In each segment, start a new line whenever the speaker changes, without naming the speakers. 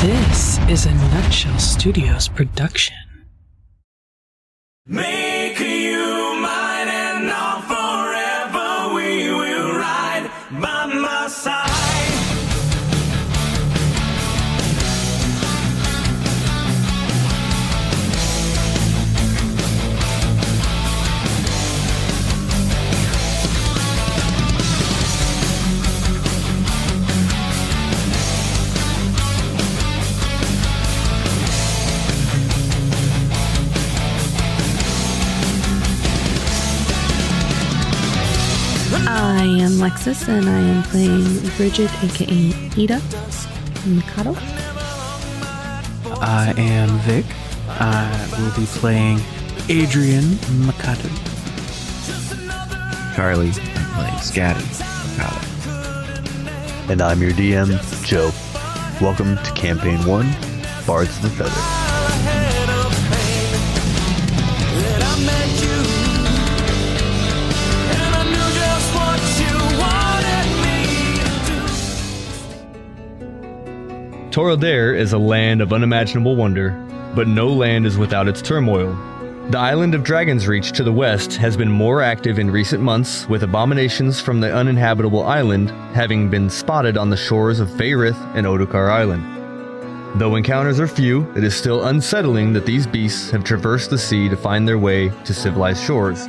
This is a Nutshell Studios production.
Make you mine and on forever we will ride by my side.
I am Lexus, and I am playing Bridget, aka Ida Mikado.
I am Vic. I will be playing Adrian Mikado.
Charlie, playing Scatty. Got it. And I'm your DM, Joe. Welcome to Campaign 1, Bards of the Feather.
Head of pain that I met you. And I knew just what you wanted me to do.
Toraldare is a land of unimaginable wonder, but no land is without its turmoil. The island of Dragon's Reach to the west has been more active in recent months, with abominations from the uninhabitable island having been spotted on the shores of Faerith and Odokar Island. Though encounters are few, it is still unsettling that these beasts have traversed the sea to find their way to civilized shores.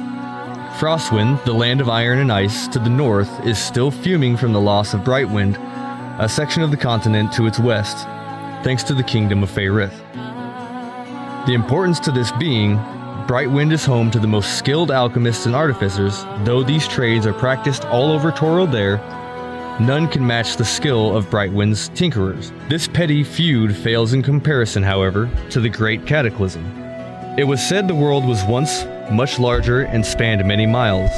Frostwind, the land of iron and ice, to the north is still fuming from the loss of Brightwind, a section of the continent to its west, thanks to the kingdom of Faerith. The importance to this being, Brightwind is home to the most skilled alchemists and artificers, though these trades are practiced all over Toril there. None can match the skill of Brightwind's tinkerers. This petty feud fails in comparison, however, to the Great Cataclysm. It was said the world was once much larger and spanned many miles,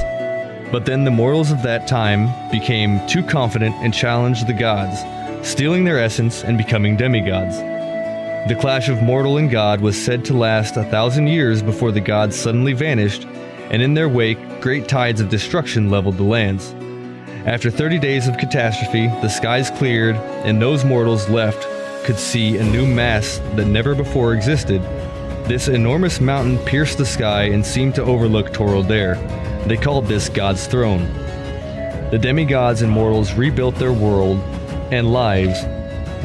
but then the mortals of that time became too confident and challenged the gods, stealing their essence and becoming demigods. The clash of mortal and god was said to last a thousand years before the gods suddenly vanished, and in their wake, great tides of destruction leveled the lands. After 30 days of catastrophe, the skies cleared, and those mortals left could see a new mass that never before existed. This enormous mountain pierced the sky and seemed to overlook Torildare. They called this God's throne. The demigods and mortals rebuilt their world and lives,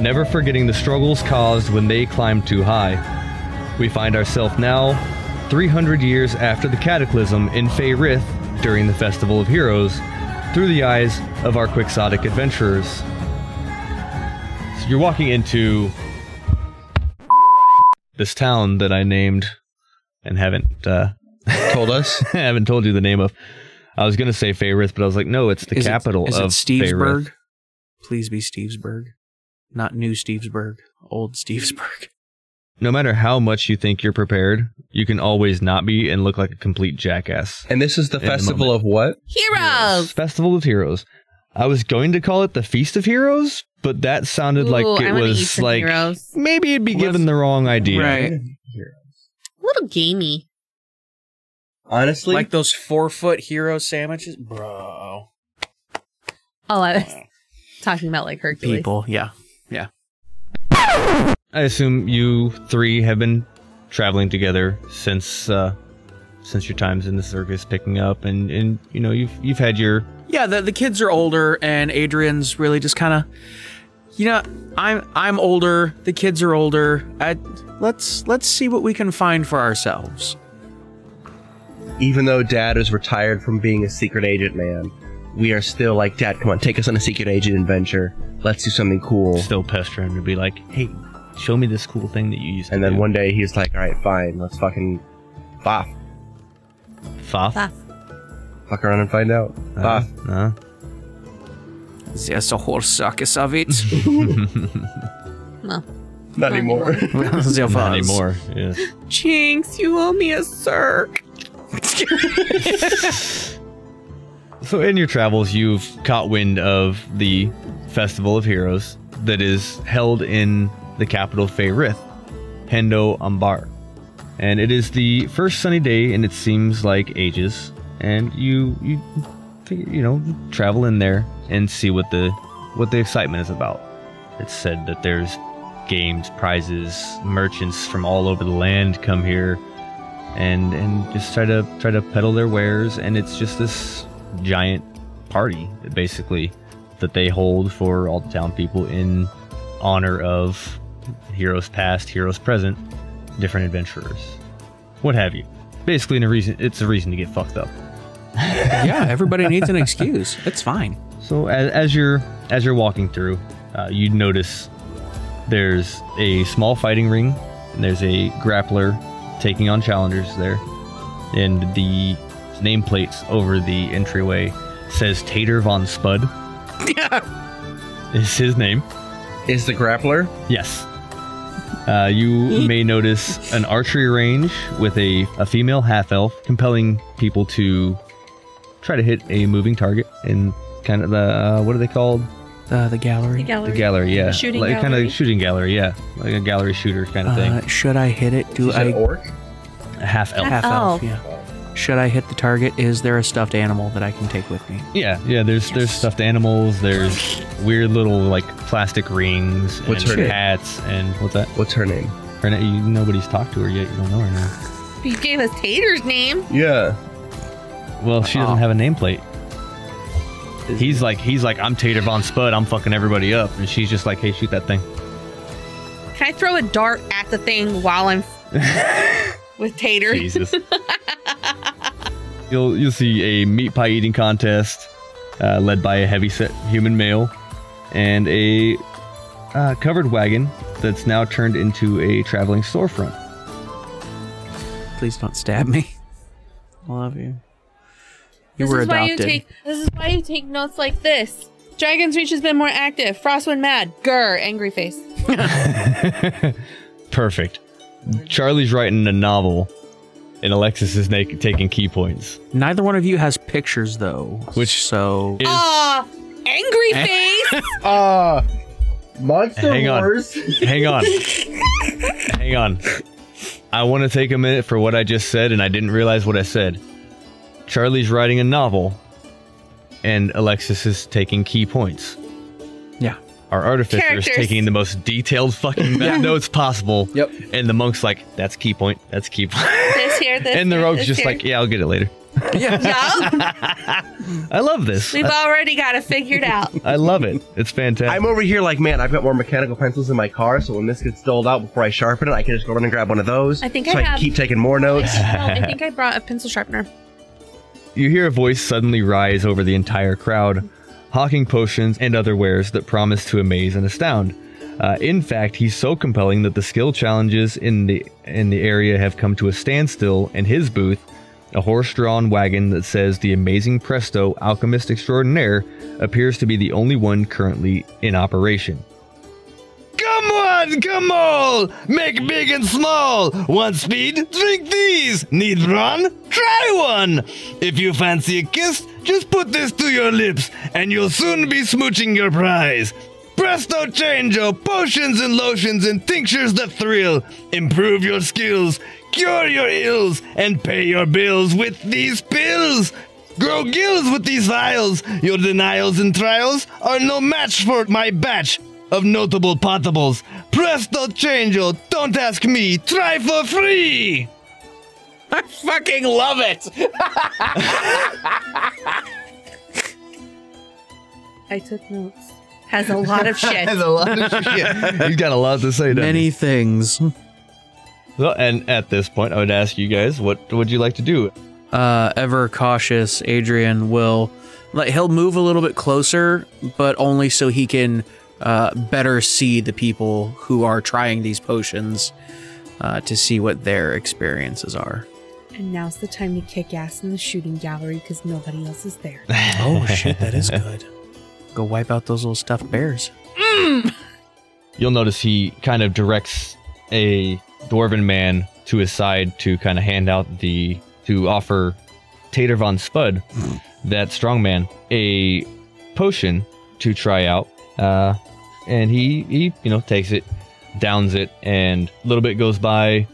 never forgetting the struggles caused when they climbed too high. We find ourselves now, 300 years after the cataclysm in Faerith during the Festival of Heroes, through the eyes of our quixotic adventurers. So you're walking into this town that I named and haven't uh,
told us.
I haven't told you the name of. I was gonna say Faerith, but I was like, no, it's the
Is it-
capital
Is it
of
Stevesburg?
Faerith.
Please be Stevesburg. Not new Stevesburg, old Stevesburg.
No matter how much you think you're prepared, you can always not be and look like a complete jackass.
And this is the
In the
festival of what?
Heroes!
Festival of Heroes. I was going to call it the Feast of Heroes, but that sounded like
Ooh,
it
I wanna eat
was
some
like
heroes.
maybe it'd be
Let's-
given the wrong idea.
Right.
A little gamey.
Honestly,
Like those four foot hero sandwiches? Bro.
Oh, I was talking about like Hercules.
People, yeah.
I assume you three have been traveling together since uh, since your times in the circus picking up, and and you know you've you've had your
Yeah, the, the kids are older, and Adrian's really just kind of, you know, I'm I'm older. The kids are older. I, let's let's see what we can find for ourselves.
even though Dad is retired from being a secret agent man, we are still like, Dad, come on, take us on a secret agent adventure. Let's do something cool.
still pester him to be like, hey, show me this cool thing that you used.
And
to
then
do.
one day he's like, all right, fine, let's fucking boff,
Foth.
Foth.
fuck around and find out.
Uh,
Boff.
uh.
There's a whole circus of it.
Well,
Not anymore.
There was.
Not anymore. Yeah.
Jinx, you owe me a circ.
So, in your travels, you've caught wind of the Festival of Heroes that is held in the capital Faerith, Hendo Ambar. And it is the first sunny day, and it seems like ages. And you, you, figure- you know, travel in there and see what the what the excitement is about. It's said that there's games, prizes, merchants from all over the land come here and and just try to try to peddle their wares and it's just this giant party basically that they hold for all the town people in honor of heroes past, heroes present, different adventurers. What have you. Basically a reason it's a reason to get fucked up.
yeah, everybody needs an excuse. It's fine.
So as, as you're as you're walking through, uh, you notice there's a small fighting ring, and there's a grappler taking on challengers there, and the nameplates over the entryway says Tater von Spud. is his name?
Is the grappler?
Yes. Uh, you may notice an archery range with a, a female half elf compelling people to try to hit a moving target in kind of the uh, what are they called?
Uh, the gallery.
The gallery, yeah.
Shooting
like kind
gallery.
of shooting gallery, yeah. Like a gallery shooter kind of
Uh,
thing.
should I hit it? Do
Is it
I
an orc?
A half elf.
half
elf.
elf?
Oh.
Yeah. Should I hit the target? Is there a stuffed animal that I can take with me?
Yeah, yeah. There's there's stuffed animals. There's weird little like plastic rings.
What's
and
her name?
Hats and what's that?
What's her name?
Her na- you, nobody's talked to her yet. You don't know her
You gave us Tater's name.
Yeah.
name. Well, she doesn't
Oh.
have a nameplate. He's like he's like I'm Tater von Spud. I'm fucking everybody up, and she's just like, hey, shoot that thing.
Can I throw a dart at the thing while I'm with Tater?
Jesus. you'll you'll see a meat pie eating contest uh, led by a heavyset human male and a uh, covered wagon that's now turned into a traveling storefront.
Please don't stab me. I love you. You
This
were
is why you
adopted.
take. This is why you take notes like this. Dragon's Reach has been more active. Frostwind mad. Grr. Angry face.
Perfect. Charlie's writing a novel, and Alexis is nak- taking key points.
Neither one of you has pictures though.
Which
so
Is-
Ah. angry face.
Uh, Monster
Hang on. Hang on. Hang on. I want to take a minute for what I just said, and I didn't realize what I said. Charlie's writing a novel, and Alexis is taking key points.
yeah.
Our artificer is
Characters.
taking the most detailed fucking map notes possible.
Yep.
And the monk's like, that's key point. That's key point.
this here. This.
and the
here,
rogue's
this
just
here.
like, yeah, I'll get it later.
Yup.
I love this.
We've already got it figured out.
I love it. It's fantastic.
I'm over here like, man, I've got more mechanical pencils in my car, so when this gets doled out before I sharpen it, I can just go run and grab one of those.
I think
so
I
I, can
have-
keep taking more notes.
I think I brought a pencil sharpener.
You hear a voice suddenly rise over the entire crowd, hawking potions and other wares that promise to amaze and astound. Uh, in fact, he's so compelling that the skill challenges in the in the area have come to a standstill. In his booth, a horse-drawn wagon that says "The Amazing Presto Alchemist Extraordinaire" appears to be the only one currently in operation. Come on, come all! Make big and small! One speed, drink these! Need run? Try one! If you fancy a kiss, just put this to your lips, and you'll soon be smooching your prize. Presto Changeo, potions and lotions and tinctures that thrill. Improve your skills, cure your ills, and pay your bills with these pills! Grow gills with these vials! Your denials and trials are no match for my batch of notable potables. Presto Changeo, don't ask me, try for free!
Fucking love it.
I took notes. Has a lot of shit.
a lot of shit. He's got a lot to say, doesn't
Many things.
Well, and at this point, I would ask you guys, what would you like to do?
Uh, ever cautious, Adrian will like he'll move a little bit closer, but only so he can uh, better see the people who are trying these potions uh, to see what their experiences are.
And now's the time to kick ass in the shooting gallery because nobody else is there.
Oh shit, that is good. Go wipe out those little stuffed bears.
You'll notice he kind of directs a dwarven man to his side to kind of hand out the to offer Tater von Spud, that strongman, a potion to try out. Uh, and he he you know takes it, downs it, and a little bit goes by,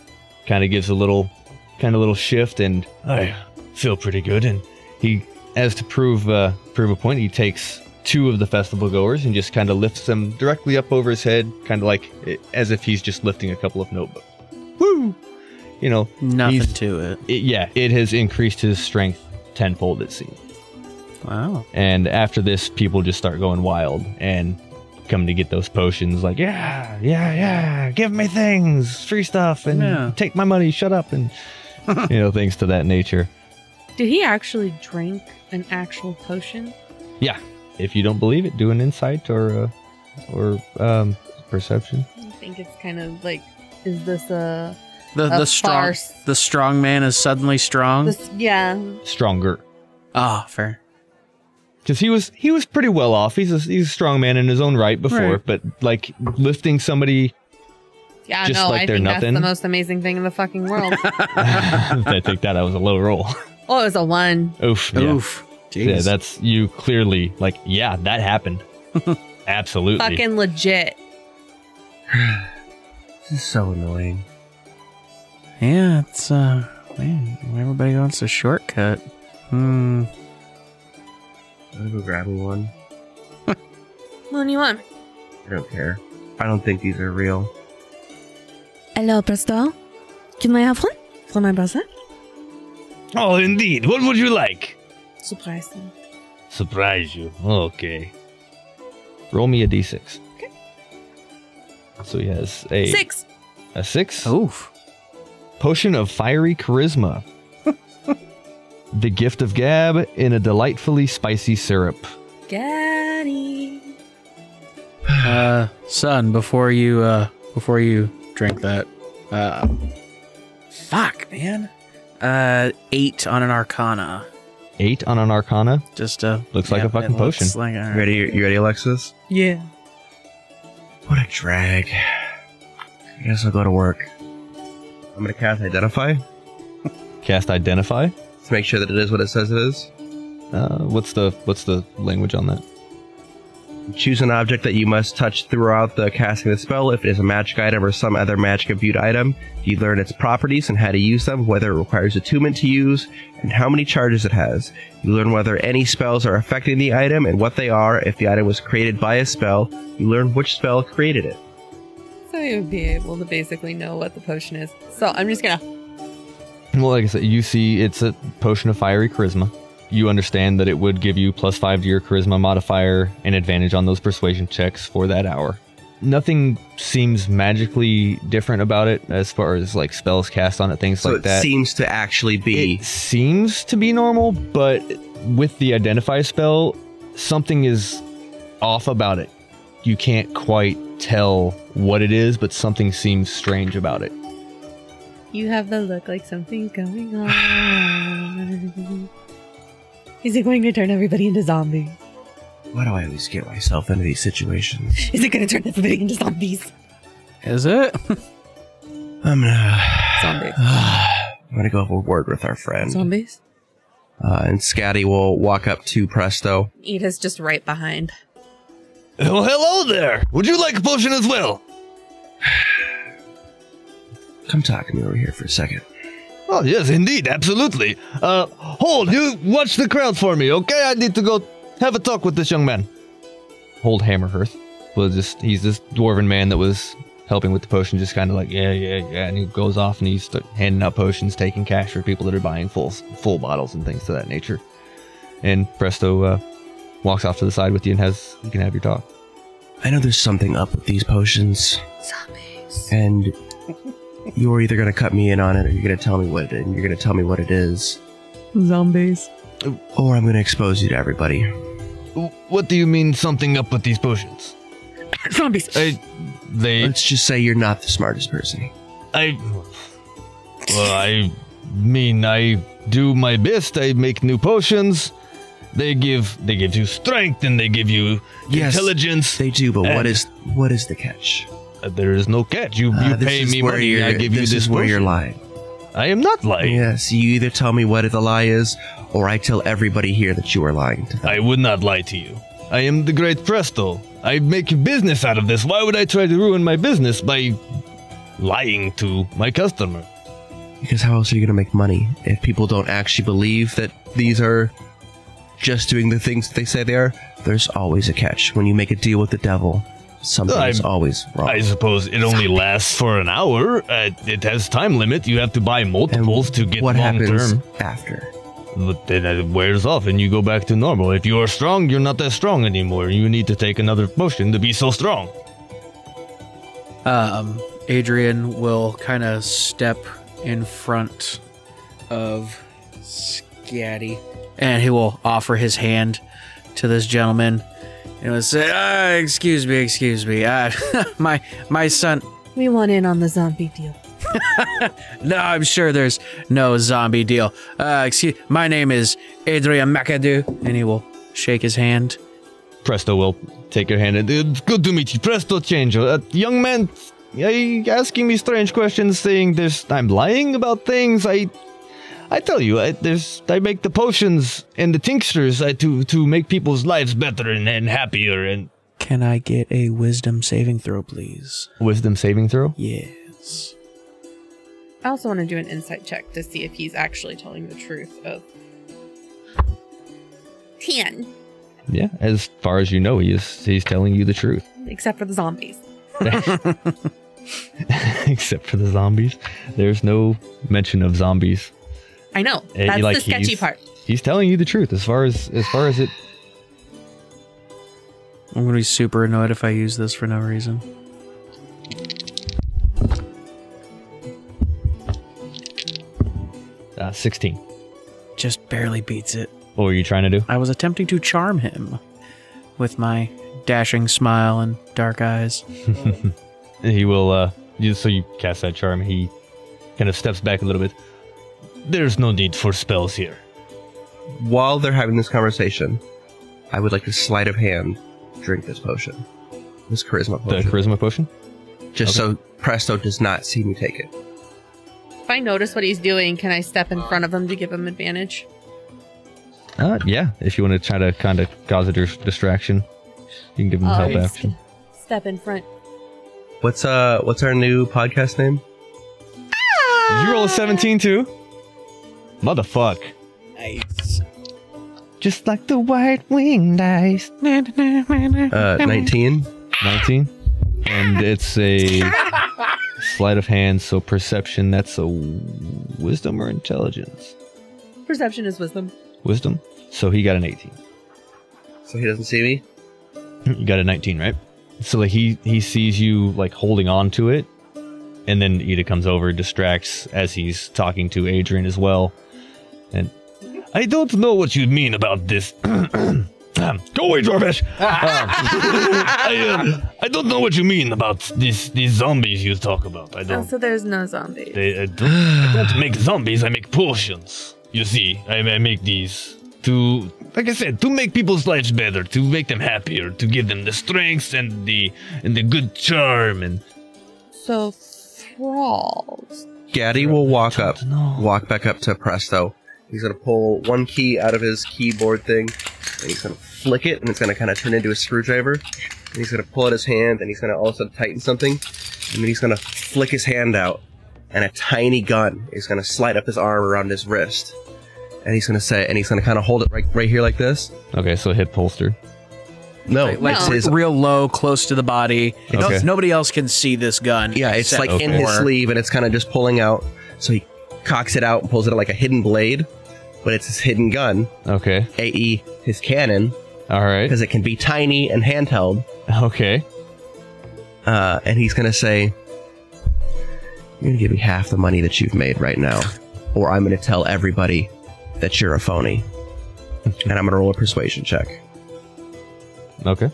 kind of gives a little kind of little shift, and I feel pretty good. And he, as to prove uh, prove a point, he takes two of the festival goers and just kind of lifts them directly up over his head, kind of like eh, as if he's just lifting a couple of notebooks. Woo! You know,
Nothing
he's-
to it.
it, yeah, it has increased his strength tenfold, it seems.
Wow.
And after this, people just start going wild and come to get those potions. Like, yeah, yeah, yeah, give me things, free stuff, and
Yeah.
take my money, shut up, and you know things to that nature.
Did he actually drink an actual potion?
Yeah, if you don't believe it, do an insight or uh, or um, perception.
I think it's kind of like, is this a.
The
A
the strong
farce.
the strong man is suddenly strong.
This, yeah.
Stronger,
Ah, fair.
because he was he was pretty well off. He's a, he's a strong man in his own right before,
Right.
but like lifting somebody
Yeah,
Just
no,
like
I
they're
think
nothing?
that's the most amazing thing in the fucking world.
I think that was a low roll.
oh, it was a one.
Oof. yeah.
Oof. Jeez.
Yeah, that's you clearly like, yeah, that happened. Absolutely.
Fucking legit.
This is so annoying.
Yeah, it's uh man, everybody wants a shortcut. Hmm.
I'm gonna go grab me one.
What do you want?
I don't care. I don't think these are real.
Hello, Presto. Can I have one? For my brother?
oh, indeed. What would you like?
Surprise him.
Surprise you. Okay. Roll me a d6. Okay. So he has a
Six.
a six
Oof.
potion of fiery charisma, the gift of gab in a delightfully spicy syrup.
Gaddy.
Uh son, before you uh before you drink that. Uh fuck, man. Uh eight on an arcana.
Eight on an arcana.
Just uh
Looks like a fucking
it looks
potion.
Like, all
You
right.
ready? You ready, Alexis?
Yeah.
What a drag. I guess I'll go to work. I'm gonna cast Identify
Cast identify.
to make sure that it is what it says it is.
Uh, what's the what's the language on that?
Choose an object that you must touch throughout the casting of the spell. If it is a magic item or some other magic imbued item, you learn its properties and how to use them, whether it requires attunement to use, and how many charges it has. You learn whether any spells are affecting the item and what they are. If the item was created by a spell, you learn which spell created it.
So you would be able to basically know what the potion is. So I'm just gonna.
Well, like I said, you see it's a potion of fiery charisma. You understand that it would give you plus five to your charisma modifier and advantage on those persuasion checks for that hour. Nothing seems magically different about it as far as like spells cast on it, things
So
like
it
that.
seems to actually be.
it seems to be normal, but with the identify spell, something is off about it. You can't quite tell what it is, but something seems strange about it.
You have the look like something's going on. Is it going to turn everybody into zombies?
Why do I always get myself into these situations?
Is it going to turn everybody into zombies?
Is it?
I'm gonna.
Zombies.
I'm gonna go have a word with our friend.
Zombies?
Uh, and Scatty will walk up to Presto.
Ida's just right behind.
Oh, hello there. Would you like a potion as well?
Come talk to me over here for a second.
Oh, yes, indeed. Absolutely. Uh, hold, you watch the crowd for me, okay? I need to go have a talk with this young man. Hold Hammerhearth was just, he's this dwarven man that was helping with the potion, just kind of like, yeah, yeah, yeah. And he goes off and he's start handing out potions, taking cash for people that are buying full, full bottles and things to that nature. And Presto uh, walks off to the side with you and has, you can have your talk.
I know there's something up with these potions,
Zombies.
and you're either gonna cut me in on it, or you're gonna tell me what it is, and you're gonna tell me what it is,
Zombies.
or I'm gonna expose you to everybody.
What do you mean something up with these potions?
Zombies.
they
Let's just say you're not the smartest person.
I. Well, I mean, I do my best. I make new potions. They give they give you strength and they give you
Yes,
intelligence.
They do, but what
And-
is what is the catch?
Uh, there is no catch. You, you
Uh, this
pay
is
me
where
money.
you're-
I give you
this
this
is where you're
potion.
lying.
I am not lying.
Yes, you either tell me what the lie is, or I tell everybody here that you are lying to them.
I would not lie to you. I am the great Presto. I make business out of this. Why would I try to ruin my business by lying to my customer?
Because how else are you going to make money if people don't actually believe that these are just doing the things that they say they are, there's always a catch. When you make a deal with the devil, something's
I'm-
always wrong.
I suppose it only lasts for an hour. Uh, it has time limit. You have to buy
and
multiples to get
what
long
happens
term.
after?
But then it uh, wears off and you go back to normal. If you are strong, you're not that strong anymore. You need to take another potion to be so strong.
Um, Adrian will kind of step in front of Scatty, and he will offer his hand to this gentleman, and will say, ah, "Excuse me, excuse me. Uh, my my son.
We want in on the zombie deal.
No, I'm sure there's no zombie deal. Uh, excuse. My name is Adrian McAdoo, and he will shake his hand.
Presto will take your hand and it's good to meet you. Presto Change. Uh, young man, I, asking me strange questions, saying there's I'm lying about things. I, I tell you, I, there's I make the potions and the tinctures I, to to make people's lives better and, and happier. And
Can I get a wisdom saving throw, please?
wisdom saving throw.
Yes.
I also want to do an insight check to see if he's actually telling the truth of. 10.
Yeah, as far as you know, he is he's telling you the truth,
Except for the zombies.
except for the zombies. There's no mention of zombies.
I know.
Eh,
that's
like
the sketchy
he's-
part.
He's telling you the truth as far as as far as it
I'm gonna be super annoyed if I use this for no reason.
uh, 16.
Just barely beats it.
What were you trying to do?
I was attempting to charm him with my dashing smile and dark eyes.
he will uh you, so you cast that charm he kind of steps back a little bit there's no need for spells here
While they're having this conversation, I would like to sleight of hand drink this potion. This charisma
the
potion.
charisma potion
just so Presto does not see me take it.
If I notice what he's doing, can I step in front of him to give him advantage?
uh yeah if you want to try to kind of cause a dis- distraction you can give him
Oh,
help
it's-
action
Step in front.
What's uh what's our new podcast name?
Did you roll a 17 too motherfuck
Nice.
just like the white winged dice
Uh 19.
19 and it's a sleight of hand so perception that's a wisdom or intelligence
Perception is wisdom.
wisdom so he got an 18
So he doesn't see me.
You got a 19, right? So like he he sees you like holding on to it, and then Ida comes over, distracts as he's talking to Adrian as well. And I don't know what you mean about this. Go away, Jorvish. I, uh, I don't know what you mean about this these zombies you talk about. I don't.
Also, Oh, there's no zombies.
They, I, don't, I don't make zombies, I make potions. You see, I, I make these to, like I said, to make people's lives better, to make them happier, to give them the strength and the and the good charm. And
so, thralls.
Gaddy will walk up,
No.
walk back up to Presto. He's gonna pull one key out of his keyboard thing, and he's gonna flick it, and it's gonna kind of turn into a screwdriver. And he's gonna pull out his hand, and he's gonna also tighten something, and then he's gonna flick his hand out, and a tiny gun is gonna slide up his arm around his wrist, and he's gonna say, and he's gonna kind of hold it right, right here like this.
okay, so hip holster.
No,
Like
it's
No.
his,
real low, close to the body. No-
Okay.
Nobody else can see this gun.
yeah, it's
except
like in his
for-
sleeve, and it's kind of just pulling out. So he cocks it out and pulls it out like a hidden blade, but it's his hidden gun.
Okay,
AE E his cannon
all right,
because it can be tiny and handheld.
okay.
Uh, and he's gonna say, "You're gonna give me half the money that you've made right now, or I'm gonna tell everybody that you're a phony." and I'm gonna roll a persuasion check.
Okay.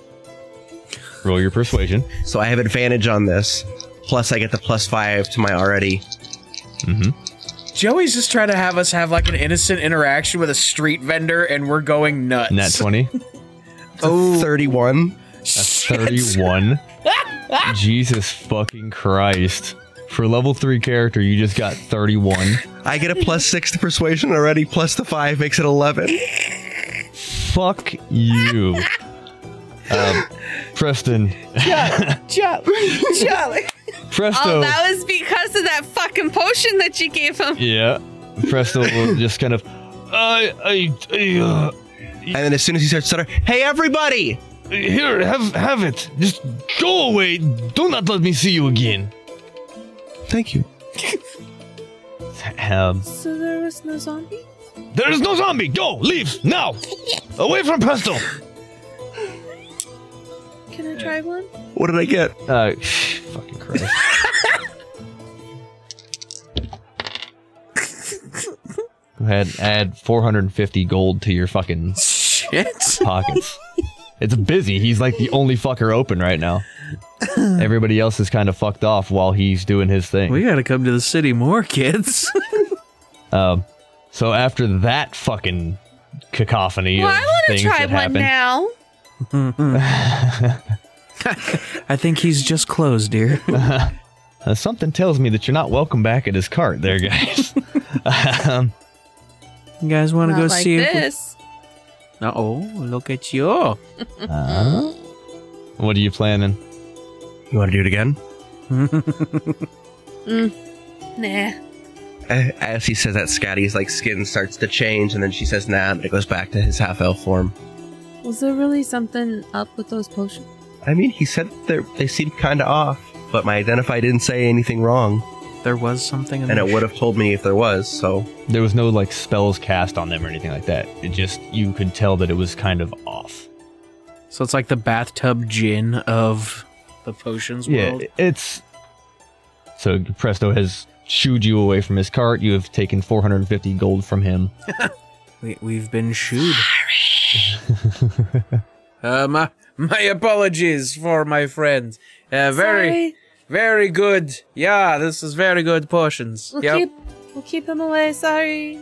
Roll your persuasion.
So I have advantage on this. Plus, I get the plus five to my already.
Joey's just trying to have us have like an innocent interaction with a street vendor, and we're going nuts.
Nat 20.
Oh,
Thirty-one.
shit.
31. Jesus fucking Christ. For level 3 character, you just got 31.
I get a plus six to persuasion already. Plus the five makes it eleven.
Fuck you. Um, Preston.
Oh,
Presto.
that was because of that fucking potion that you gave him.
yeah. Presto will just kind of. I, I, I, uh,
And then as soon as he starts stuttering, hey everybody!
Here, have have it. Just go away. Do not let me see you again.
Thank you.
Um,
So there was no zombie?
There is no zombie. Go, leave now. Away from Pesto.
Can I try one?
What did I get?
uh, fucking Christ. Go ahead, add 450 gold to your fucking
Shit.
pockets. It's busy. He's like the only fucker open right now. Everybody else is kind of fucked off while he's doing his thing.
We gotta come to the city more, kids.
So after that fucking cacophony
Well,
of
I want
things
to try
that
one
happened,
now.
I think he's just closed, dear.
uh, something tells me that you're not welcome back at his cart, there, guys. um,
You guys wanna
Not
go
like
see if
this.
we- Oh, look at you.
uh, what are you planning?
You want to do it again?
Nah.
Uh, As he says that, Scatty's like skin starts to change, and then she says, "Nah," and it goes back to his half elf form.
Was there really something up with those potions?
I mean, he said they they seemed kind of off, but my identify didn't say anything wrong,
There was something in
and it
there.
would have told me if there was. So
There was no like spells cast on them or anything like that. It just you could tell that it was kind of off.
So it's like the bathtub gin of the potions
Yeah,
world.
it's so Presto has shooed you away from his cart. You have taken 450 gold from him.
We, we've been shooed. uh, my, my apologies for my friend. Uh, very,
Sorry.
very good. Yeah, this is very good potions.
We'll
Yep.
keep we'll keep them away. Sorry.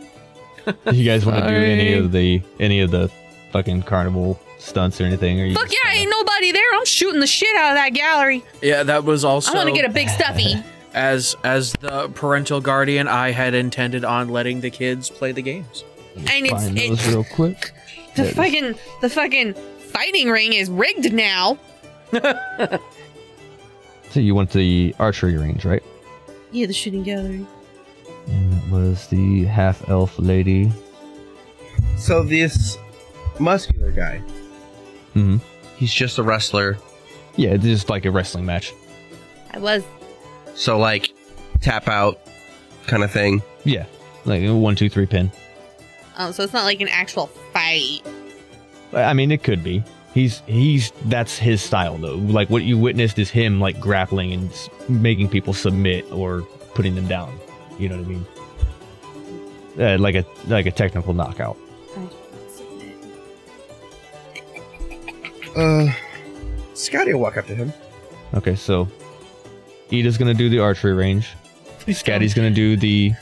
you guys want to do any
Sorry.
of the any of the fucking carnival stunts or anything? Or you
Fuck
just
yeah, ain't nobody there. I'm shooting the shit out of that gallery.
Yeah, that was also.
I want to get a big stuffy.
as as the parental guardian, I had intended on letting the kids play the games.
and it's
find
it,
those real quick?
the fucking the fucking fighting ring is rigged now.
So you went to the archery range, right?
Yeah, the shooting gallery.
And that was the half elf lady.
So this muscular guy,
Mhm.
he's just a wrestler.
Yeah, it's just like a wrestling match.
I was
So like, tap out kind of thing.
Yeah, like a one, two, three pin.
um, so it's not like an actual fight.
I mean, it could be. He's he's that's his style though. Like what you witnessed is him like grappling and s- making people submit or putting them down. You know what I mean? Uh, like a like a technical knockout.
Uh, Scotty will walk up to him.
Okay, so Ida's gonna do the archery range. Scatty's gonna do the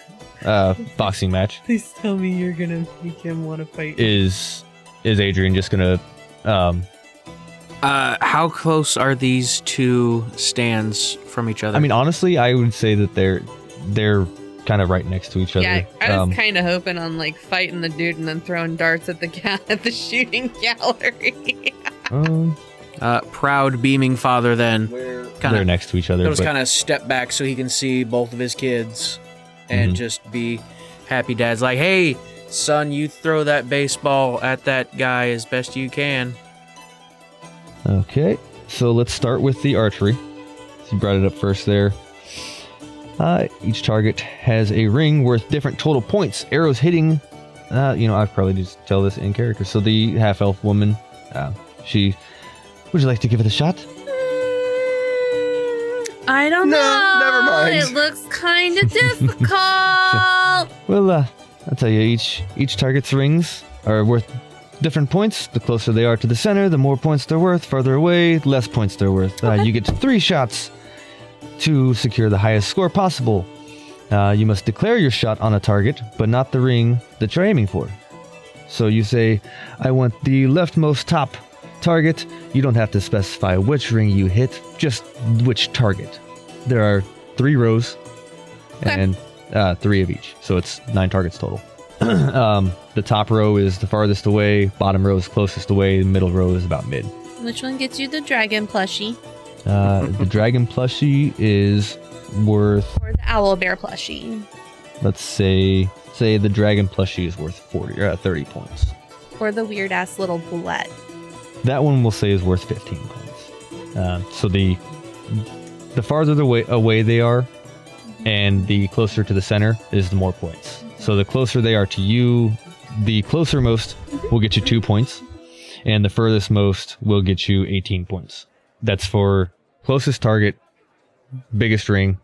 uh, boxing match.
Please tell me you're gonna make him want to fight.
Is is Adrian just gonna? Um,
Uh, how close are these two stands from each other?
I mean, honestly, I would say that they're they're kind of right next to each other.
Yeah, I was
Um,
kind of hoping on like fighting the dude and then throwing darts at the ga- at the shooting gallery.
um,
uh, proud beaming father. Then kind
they're
of
next to each other.
Those
but-
kind of step back so he can see both of his kids and
Mhm.
just be happy dad's like, hey, son, you throw that baseball at that guy as best you can.
Okay, so let's start with the archery. So you brought it up first there. Uh, each target has a ring worth different total points. Arrows hitting. Uh, you know, I'd probably just tell this in character. So the half elf woman, uh, she. Would you like to give it a shot?
I don't
No, know. never mind. It
looks kind of difficult.
Well, uh, I'll tell you. Each each target's rings are worth different points. The closer they are to the center, the more points they're worth. Further away, less points they're worth. Uh, you get three shots to secure the highest score possible. Uh, you must declare your shot on a target, but not the ring that you're aiming for. So you say, "I want the leftmost top target." You don't have to specify which ring you hit, just which target. There are three rows,
Okay.
and uh, three of each, so it's nine targets total. um, the top row is the farthest away, bottom row is closest away, the middle row is about mid.
Which one gets you the dragon plushie
Uh, the dragon plushie is worth,
or the owl bear plushie?
let's say, say the dragon plushie is worth forty, uh, thirty points.
or the weird ass little bullet.
That one we'll say is worth 15 coins. Uh, so the the farther the way, away they are, and the closer to the center is the more points. So the closer they are to you, the closer most will get you two points, and the furthest most will get you 18 points. That's for closest target, biggest ring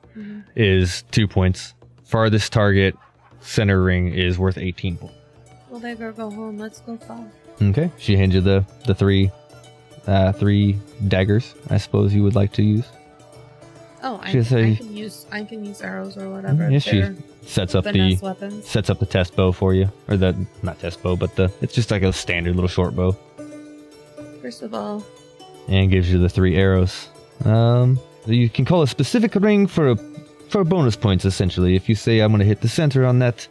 is two points. Farthest target, center ring is worth 18 points.
Well, they girl go home. Let's go fall.
Okay. She hands you the the three, uh, three daggers. I suppose you would like to use.
Oh, I,
She said-
I can use I can use arrows or whatever.
Mhm.
if
Yes, she
they're
sets up
finesse
the
weapons.
sets up the test bow for you, or the not test bow, but the it's just like a standard little short bow,
First of all,
and gives you the three arrows. Um, you can call a specific ring for a, for bonus points essentially. If you say I'm going to hit the center on that,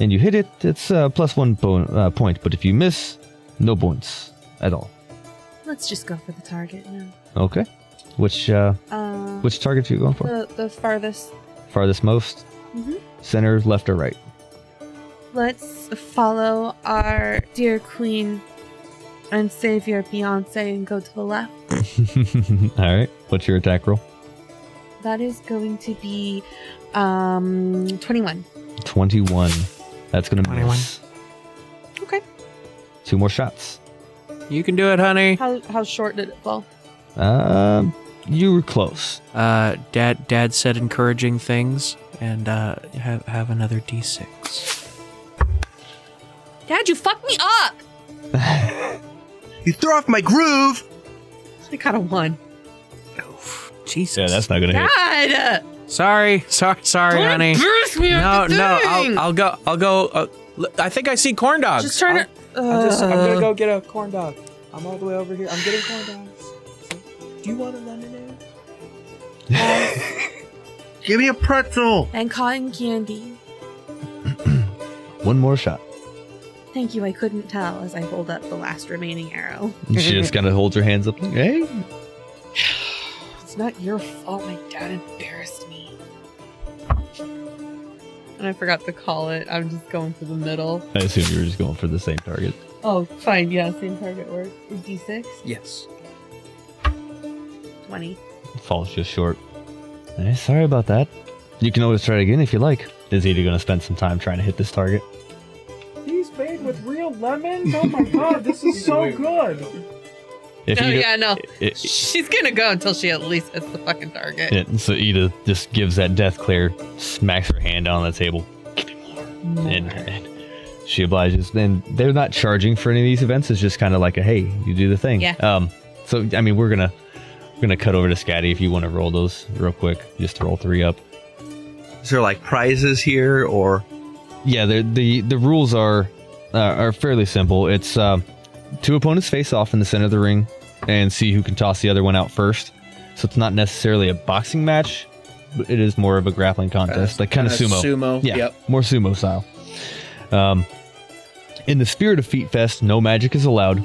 and you hit it, it's uh, plus one bon- uh, point. But if you miss, no points at all.
let's just go for the target now.
Okay. Which uh,
Uh,
which target are you going for?
the the farthest.
farthest most
Mhm.
center left or right
Let's follow our dear queen and savior Beyonce and go to the left.
all right what's your attack roll
That is going to be um 21.
21 that's gonna
21.
miss
Okay.
two more shots
You can do it, honey.
How how short did it fall?
um you were close
Uh, dad, dad said encouraging things, and uh, have have another d6.
Dad, you fucked me up.
You throw off my groove!
I got a one.
Jesus.
not gonna
Dad,
Sorry, sorry, sorry, honey.
curse me.
No, no, I'll, I'll go. I'll go. Uh, l- I think I see corn dogs.
just trying to.
I'll, I'll just, I'm
Uh,
gonna go get a corn dog. I'm all the way over here. I'm getting corn dogs. Do you want a lemonade?
Give me a pretzel!
and cotton candy.
one more shot
Thank you. I couldn't tell as I hold up the last remaining arrow.
And she just kind of holds her hands up hey
It's not your fault. My dad embarrassed me. And I forgot to call it. I'm just going for the middle.
i assume you were just going for the same target
Oh, fine. Yeah, same target works. D6,
Yes.
20.
falls just short Eh, sorry about that you can always try again if you like is either gonna spend some time trying to hit this target
These made with real lemons? Oh my god, this is so good!
if
No,
you
yeah, no.
it-
She's gonna go until she at least hits the fucking target.
Yeah, and so Ida just gives that death glare, smacks her hand on the table, and, and she obliges. Then they're not charging for any of these events. It's just kind of like a hey, you do the thing.
Yeah.
Um. So I mean, we're gonna we're gonna cut over to Scatty if you want to roll those real quick. Just roll three up.
Is there like prizes here or
Yeah. they're- The the rules are uh, are fairly simple. It's um, two opponents face off in the center of the ring and see who can toss the other one out first. So it's not necessarily a boxing match. But it is more of a grappling contest, like kind of sumo.
Sumo.
Yeah, more sumo style. Um, in the spirit of Feet Fest, no magic is allowed,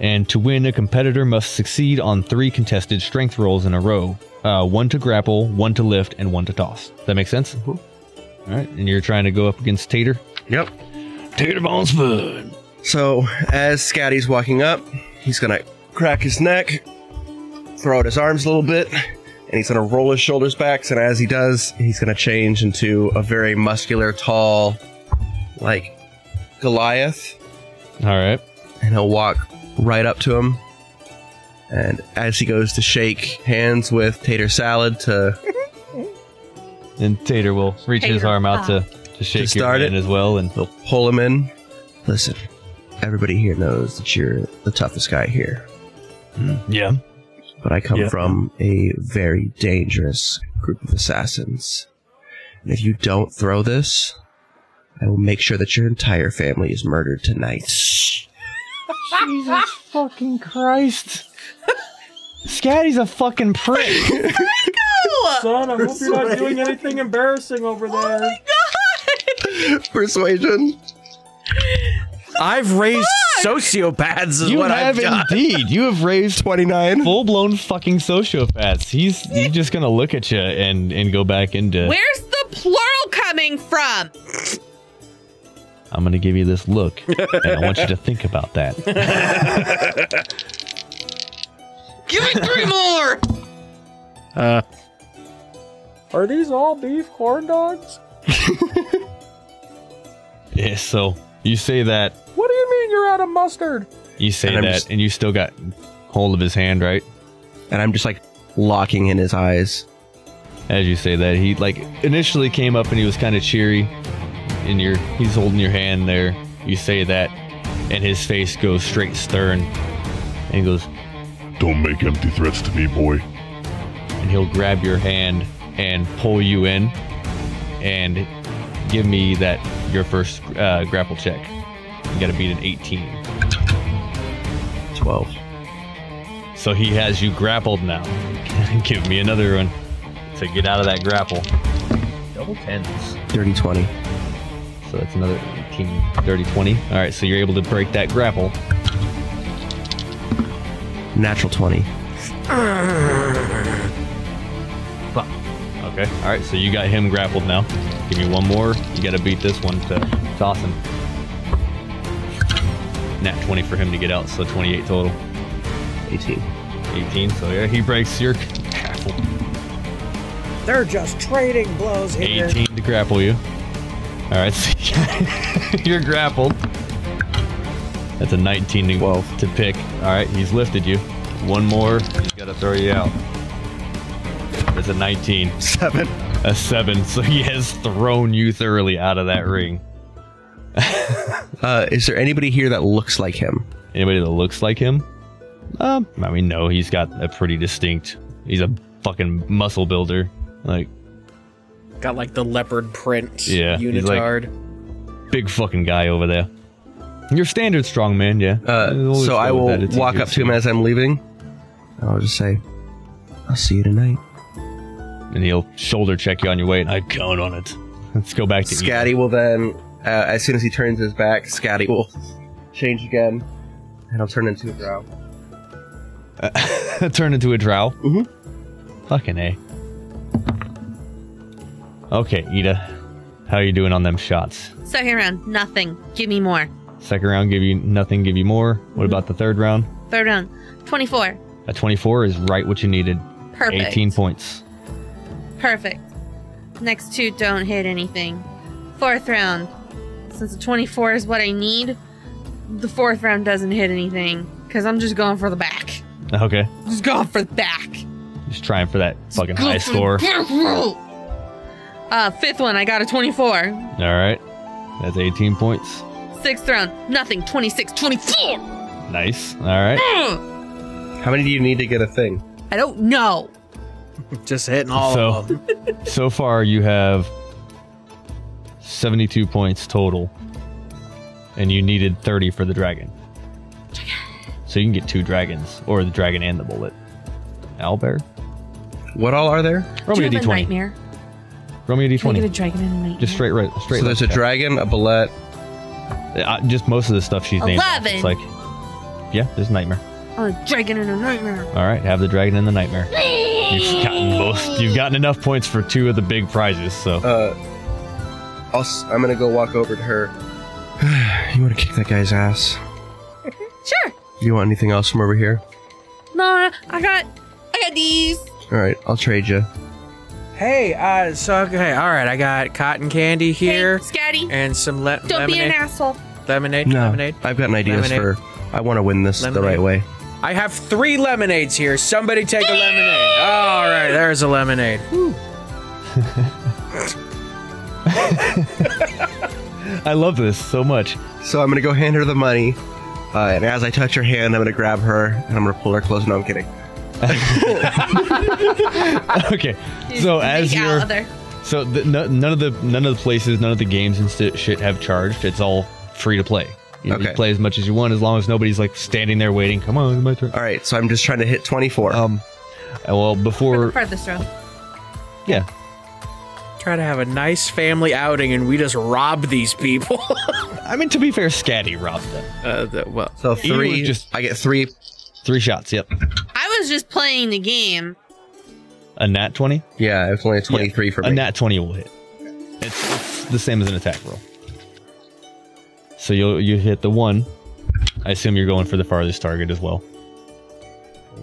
and to win, a competitor must succeed on three contested strength rolls in a row: uh, one to grapple, one to lift, and one to toss. That makes sense. All right, and you're trying to go up against Tater.
Yep.
Tater Bone Spoon.
So, as Scatty's walking up, he's gonna crack his neck, throw out his arms a little bit, and he's gonna roll his shoulders back. And as he does, he's gonna change into a very muscular, tall, like Goliath,
All right.
and he'll walk right up to him. And as he goes to shake hands with Tater Salad to
And Tater will reach his
Tater
arm out to, to shake your
start
hand
it.
as well. And
he'll pull him in, listen, everybody here knows that you're the toughest guy here.
yeah,
but I come
Yeah.
from a very dangerous group of assassins. And if you don't throw this, I will make sure that your entire family is murdered tonight.
Jesus fucking Christ. Scatty's a fucking prick.
Son, I hope you're not doing anything embarrassing over there.
Persuasion.
I've raised sociopaths. Is
You
what
have
I've done.
indeed. You have raised
29.
full blown fucking sociopaths. He's he's just gonna look at you and and go back into.
Where's the plural coming from?
I I'm going to give you this look, and I want you to think about that.
Give me three more. Uh,
Are these all beef corn dogs?
Yeah, so you say that,
What do you mean you're out of mustard?
you say
And I'm
that,
just-
and you still got hold of his hand, right?
and I'm just like locking in his eyes.
As you say that, he like initially came up and he was kind of cheery, and you're he's holding your hand there. You say that, and his face goes straight stern, and he goes,
Don't make empty threats to me, boy.
and he'll grab your hand and pull you in, and give me that your first uh, grapple check. You got to beat an 18.
12.
So he has you grappled now. Give me another one to get out of that grapple. Double tens.
Dirty 20.
So that's another 18, 30, 20. All right, so you're able to break that grapple.
Natural 20.
Okay. All right, so you got him grappled now. Give me one more. You got to beat this one to toss him. Nat 20 for him to get out, so 28 total.
18.
18, so yeah, he breaks your grapple.
They're just trading blows here.
18 to grapple you. All right, so you're grappled. That's a 19 to, to pick. All right, he's lifted you. One more, he's got to throw you out. That's a 19.
Seven.
A 7, so he has thrown you thoroughly out of that ring.
Uh, is there anybody here that looks like him?
Anybody that looks like him? Um, I mean, no, he's got a pretty distinct. He's a fucking muscle builder. Like,
got like the leopard print
Yeah, he's like-
unitard.
big fucking guy over there. Your standard strongman, yeah.
Uh,
Always
so I
go with
will
that, it's
walk
easier
up to him as I'm leaving. I'll just say, I'll see you tonight.
and he'll shoulder check you on your weight. I count on it. Let's go back to
Scatty will then, uh, as soon as he turns his back, Scatty will change again, and I'll turn into a drow.
turn into a drow.
Mhm.
Fucking a. Okay, Ida, how you doing on them shots?
Second round, nothing. Give me more.
Second round, give you nothing, give you more. What about the third round?
Third round, 24.
A twenty-four is right what you needed.
Perfect.
Eighteen points.
Perfect. Next two don't hit anything. Fourth round. Since the 24 is what I need, the fourth round doesn't hit anything because I'm just going for the back.
Okay,
Just going for the back.
just trying for that fucking high score.
Uh, fifth one, I got a 24.
All right, that's eighteen points.
Sixth round, nothing. 26, 24.
Nice. All right.
I
How many do you need to get a thing?
don't know.
Just hitting all
So-
of them.
So far, you have 72 points total, and you needed 30 for the dragon. So you can get two dragons, or the dragon and the bullet. Owlbear?
What all are there?
Roll
Do
me
you
a
have a
d20.
nightmare?
Roll me a
Can I get a
d20.
dragon in a nightmare?
Just straight right. Straight
so there's a
left.
dragon, a bullet.
Uh, just most of the stuff she's named. off. It's
Eleven.
like, yeah, there's a nightmare.
Oh, A dragon in a nightmare.
All right, have the dragon and the nightmare. You've gotten both. You've gotten enough points for two of the big prizes. So
Uh, I'll, s- I'm gonna go walk over to her. you want to kick that guy's ass?
Sure.
You want anything else from over here?
No, I got, I got these.
All right, I'll trade you.
Hey, uh, so okay, all right. I got cotton candy here
Hey, Scatty,
and some le-
don't be an
lemonade.
asshole.
lemonade,
No,
lemonade.
I've got an idea
Lemonade.
for. I want to win this the
Lemonade.
right way.
I have three lemonades here. Somebody take a lemonade. All right, there's a lemonade.
I love this so much.
So I'm gonna go hand her the money, uh, and as I touch her hand, I'm gonna grab her and I'm gonna pull her close. No, I'm kidding.
okay, so as
Big
you're
Al other.
So th- no, none of the none of the places, none of the games and st- shit have charged. It's all free to play. You, you
Okay.
play as much as you want, as long as nobody's like standing there waiting. Come on, it's my turn.
All right, so I'm just trying to hit 24.
Um, uh, well, before
Farthest row.
yeah,
Try to have a nice family outing, and we just rob these people.
I mean to be fair, Scatty robbed them.
uh, the, well,
so
you were
three.
just-
I get three.
Three shots. Yep,
I was just playing the game.
a nat twenty.
Yeah, it's only a 23 for
A
me.
nat twenty will hit. It's, it's the same as an attack roll. So you you hit the one. I assume you're going for the farthest target as well.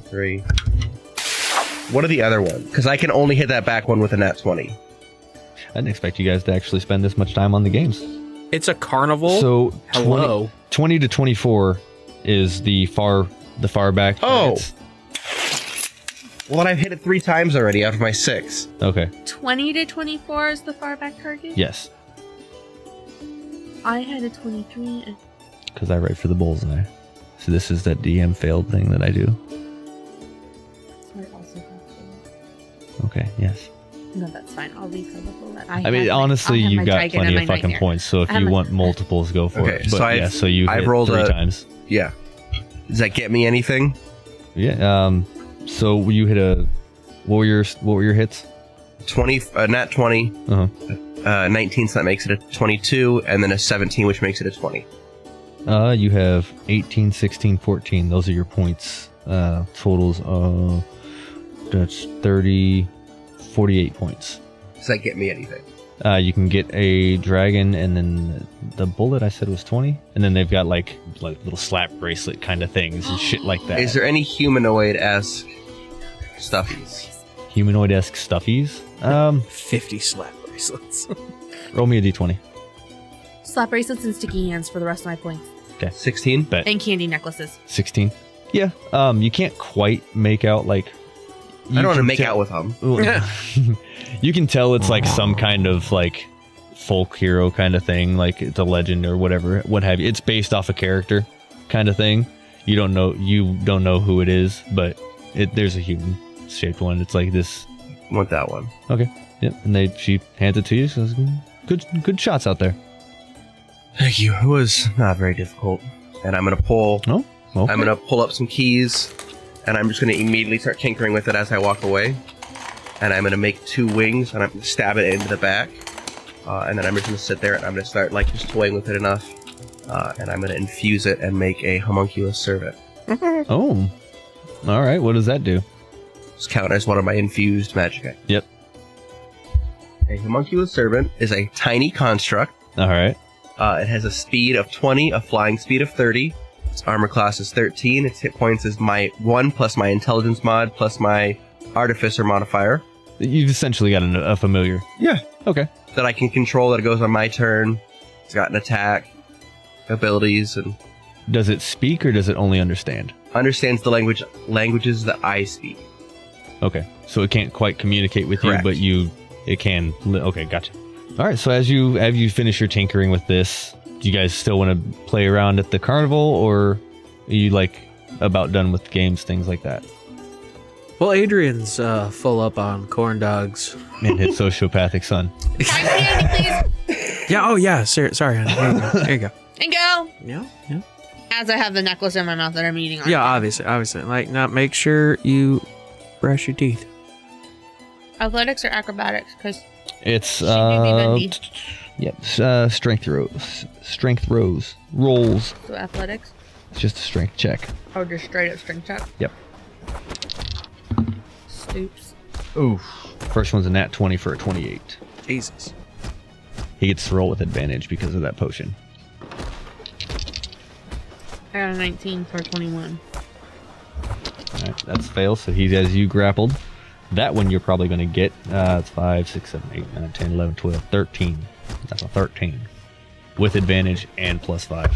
Three. What are the other ones? Because I can only hit that back one with a nat 20.
I didn't expect you guys to actually spend this much time on the games.
It's a carnival.
So 20,
hello.
20 to 24 is the far the far back.
Oh.
targets.
Well, then I've hit it three times already out of my six.
Okay.
20 to 24 is the far back target?
Yes,
I had a 23. and-
because I write for the bullseye. So this is that DM failed thing that I do.
I also got
Okay. Yes.
two. No, that's fine. I'll leave her with that.
I, mean, honestly, you've got plenty of fucking points. So if
I have
you
my-
want multiples, go for
Okay,
it. But
so I've-
yeah, so you
I've
hit
rolled
three
a-
times.
Yeah. Does that get me anything?
Yeah. Um. So you hit a. What were your What were your hits?
20, uh, nat 20,
Uh huh.
uh, 19, so that makes it a 22, and then a 17, which makes it a 20.
Uh, you have 18, 16, 14. Those are your points. Uh, totals of that's 30, 48 points.
Does that get me anything?
Uh, you can get a dragon, and then the bullet I said was 20. And then they've got like like little slap bracelet kind of things and shit like that.
Is there any humanoid esque stuffies?
humanoid esque stuffies? Um,
50 slap bracelets.
roll me a d20.
Slap bracelets and sticky hands for the rest of my points.
16?
Bet.
And candy necklaces.
16. Yeah. Um, you can't quite make out like.
I don't want to make
out.
out with them.
you can tell it's like some kind of like folk hero kind of thing, like it's a legend or whatever, what have you. It's based off a character kind of thing. You don't know you don't know who it is, but it, there's a human shaped one. It's like this.
Want that one.
Yep, and they she hands it to you. Says, "Mm, good good shots out there.
Thank you. It was not very difficult. And I'm going to pull.
No, well,
I'm gonna pull up some keys, and I'm just gonna immediately start tinkering with it as I walk away. And I'm gonna make two wings, and I'm gonna stab it into the back. Uh, and then I'm just gonna sit there, and I'm gonna start like just toying with it enough. Uh, and I'm gonna infuse it and make a homunculus servant.
oh, all right. What does that do?
Just count as one of my infused magic. items.
Yep.
A homunculus servant is a tiny construct.
All right.
Uh, it has a speed of 20, a flying speed of 30. Its armor class is 13. Its hit points is my 1 plus my intelligence mod plus my artificer modifier
You've essentially got a, a familiar.
Yeah.
Okay.
that I can control that it goes on my turn. It's got an attack, abilities, and
Does it speak or does it only understand?
understands the language languages that I speak.
Okay, so it can't quite communicate with
Correct.
you, but you it can. Li- okay, gotcha. All right, so as you as you finish your tinkering with this, do you guys still want to play around at the carnival, or are you like about done with games, things like that?
Well, Adrian's uh, full up on corn dogs.
And his sociopathic son.
Find candy, please.
Yeah. Oh, yeah. Sir, sorry. honey. There you go.
And go.
There you go. Yeah. Yeah.
As I have the necklace in my mouth that I'm eating on.
Yeah. Obviously. Obviously. Like, now make sure you brush your teeth.
Athletics or acrobatics? Because
It's
She may be
uh,
bendy.
yep, s- uh, strength rows, strength rows, rolls.
so athletics
It's just a strength check.
or just straight up string check.
Yep.
Stoops.
Oof. First one's a nat twenty for a twenty-eight.
Jesus.
He gets to roll with advantage because of that potion.
I got a 19 for a 21.
Alright, that's fail. So he's as you grappled. That one you're probably going to get. Uh, it's 5, 6, 7, 8, 9, 10, 11, 12, 13. That's a 13. With advantage and plus 5.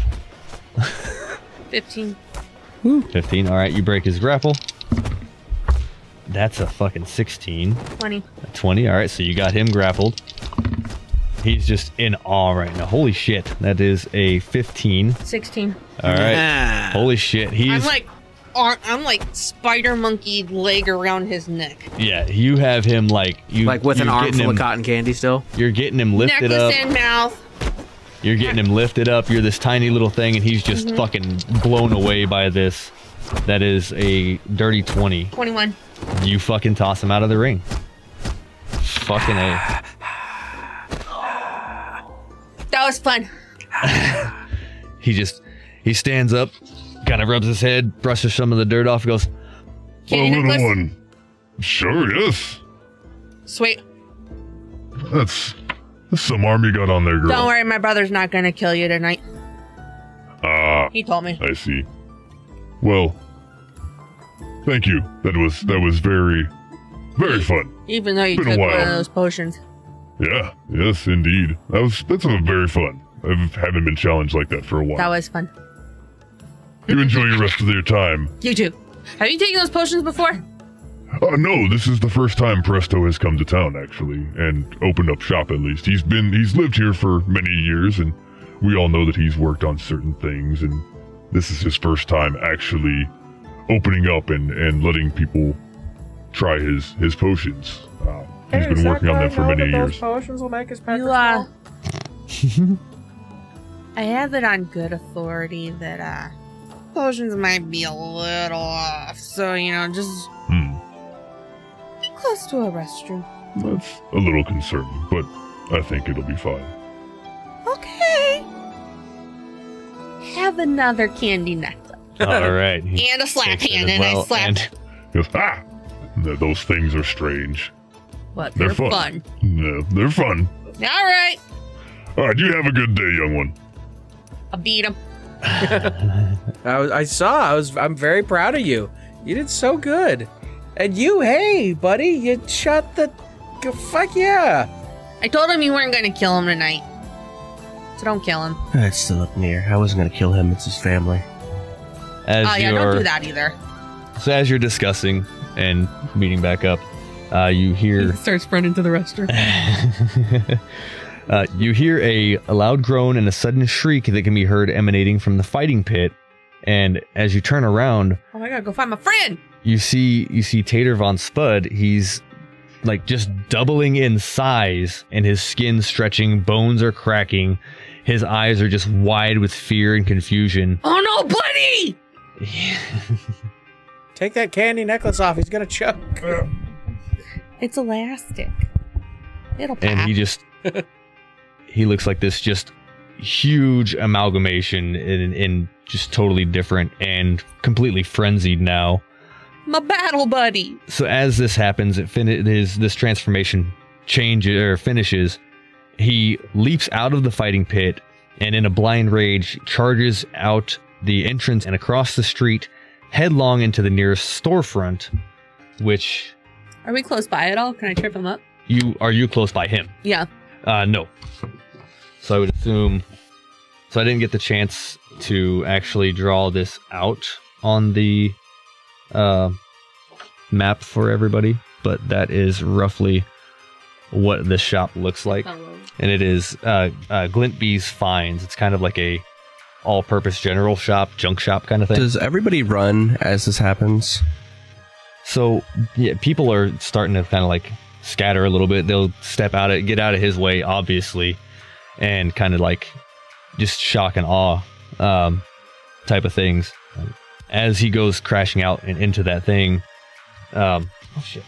15.
15. All right, you break his grapple. That's a fucking 16.
20.
A 20. All right, so you got him grappled. He's just in awe right now. Holy shit. That is a 15.
16.
All right.
Ah.
Holy shit. He's.
I'm like, ar- I'm like spider monkey leg around his neck.
yeah, you have him like. You,
Like with an
you're
arm
getting
full of
him-
cotton candy still.
You're getting him lifted up.
necklace in mouth.
You're getting him lifted up. You're this tiny little thing, and he's
Mm-hmm.
just fucking blown away by this. That is a dirty 20.
21.
You fucking toss him out of the ring. Fucking A.
That was fun.
He just, he stands up, kind of rubs his head, brushes some of the dirt off, goes,
Kitty
little
necklace.
one. Sure is.
Sweet.
That's, that's some arm you got on there, girl.
Don't worry, my brother's not gonna kill you tonight.
Uh,
He told me.
I see. Well, thank you. That was that was very, very fun.
Even though you
Been a
took one of
while.
those potions.
Yeah. Yes, indeed. That was that's uh, very fun. I haven't been challenged like that for a
That
while.
was fun.
You enjoy your rest of your time.
You too. Have you taken those potions before?
Uh, no, this is the first time Presto has come to town actually, and opened up shop. At least he's been he's lived here for many years, and we all know that he's worked on certain things, and this is his first time actually opening up and and letting people try his his potions. Uh, he's
Hey,
been
does that
working on
guy
them for
know
many
that
years.
Those potions will make his pecker
You uh,
smell?
I have it on good authority that uh, potions might be a little off. So you know, just
Hmm.
close to a restroom.
That's a little concerning, but I think it'll be fine.
Okay. Have another candy necklace
All right. He
and a slap
takes it
hand,
as
and I
well,
slapped.
and-
He goes, ah! Th- Those things are strange.
but
They're
they're,
fun. Yeah, they're fun.
fun. All right,
All right, you have a good day, young one.
I beat him.
I, was- I saw. I was. I'm very proud of you. You did so good. And you, hey, buddy, you shot the. g- Fuck yeah!
I told him you weren't going to kill him tonight, so don't kill him.
It's still up in the air. I wasn't gonna kill him. It's his family.
As
Oh yeah,
you
don't
are,
do that either.
So as you're discussing and meeting back up, uh, you hear
starts running to the restroom.
uh, you hear a, a loud groan and a sudden shriek that can be heard emanating from the fighting pit. And as you turn around,
Oh my god, go find my friend.
you see you see Tater von Spud. He's like just doubling in size, and his skin stretching, bones are cracking. His eyes are just wide with fear and confusion.
Oh no, buddy!
Take that candy necklace off. He's gonna choke.
It's elastic. It'll pop.
and he just he looks like this just huge amalgamation and, and just totally different and completely frenzied now
my battle buddy.
so as this happens it fin- it is this transformation changes or finishes he leaps out of the fighting pit and in a blind rage charges out the entrance and across the street headlong into the nearest storefront which
Are we close by at all? Can I trip him up?
you are you close by him
Yeah.
Uh, no. So I would assume. So I didn't get the chance to actually draw this out on the uh, map for everybody, but that is roughly what this shop looks like, and it is uh, uh, Glintbee's Finds. It's kind of like a all-purpose general shop, junk shop kind of thing.
Does everybody run as this happens?
So yeah, people are starting to kind of like scatter a little bit. They'll step out of get out of his way, obviously, and kind of like just shock and awe um, type of things. As he goes crashing out and into that thing, um, oh shit,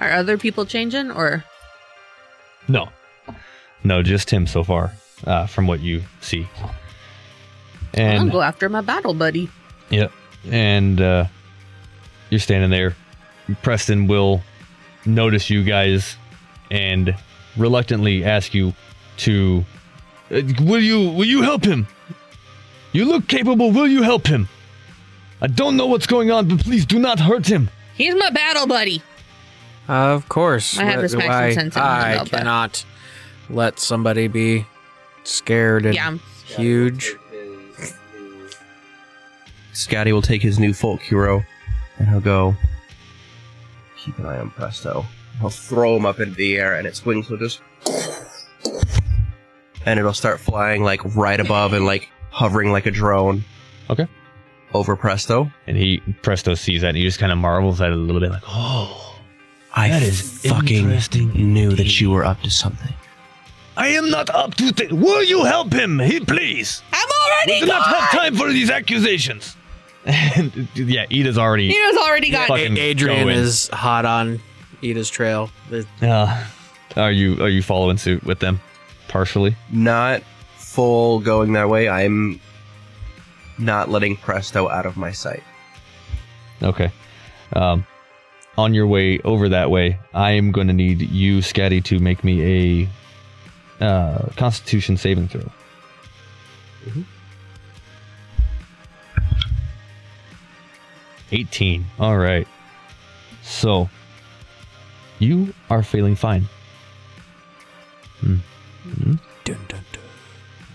Are other people changing or?
no, no, just him so far uh, from what you see.
I'll
And
go after my battle buddy.
Yep. And uh, you're standing there. Preston will notice you guys and reluctantly ask you to uh, will you will you help him? You look capable. Will you help him? I don't know what's going on, but please do not hurt him.
He's my battle buddy.
of course.
I have
Wh-
this maximum
I,
sense in
I
my belt, but-
cannot let somebody be scared and
Yeah.
huge.
Scotty will take his new folk hero, and he'll go. Keep an eye on Presto. He'll throw him up into the air, and its wings will just, and it'll start flying like right above and like hovering like a drone.
Okay.
Over Presto.
And he Presto sees that and he just kind of marvels at it a little bit, like, "Oh,
I
That is interesting
knew
indeed.
that you were up to something.
I am not up to thi- Will you help him? He please.
I'm already
We do not have time for these accusations. And yeah, Ida's already.
Tina's already got
Fucking
Adrian
going.
is hot on Ida's trail. The-
Uh, are you are you following suit with them, partially?
Not full going that way. I'm not letting Presto out of my sight.
Okay. Um, on your way over that way, I am going to need you, Scatty, to make me a uh, Constitution saving throw. 18. All right. So, you are feeling fine. Hmm. Hmm.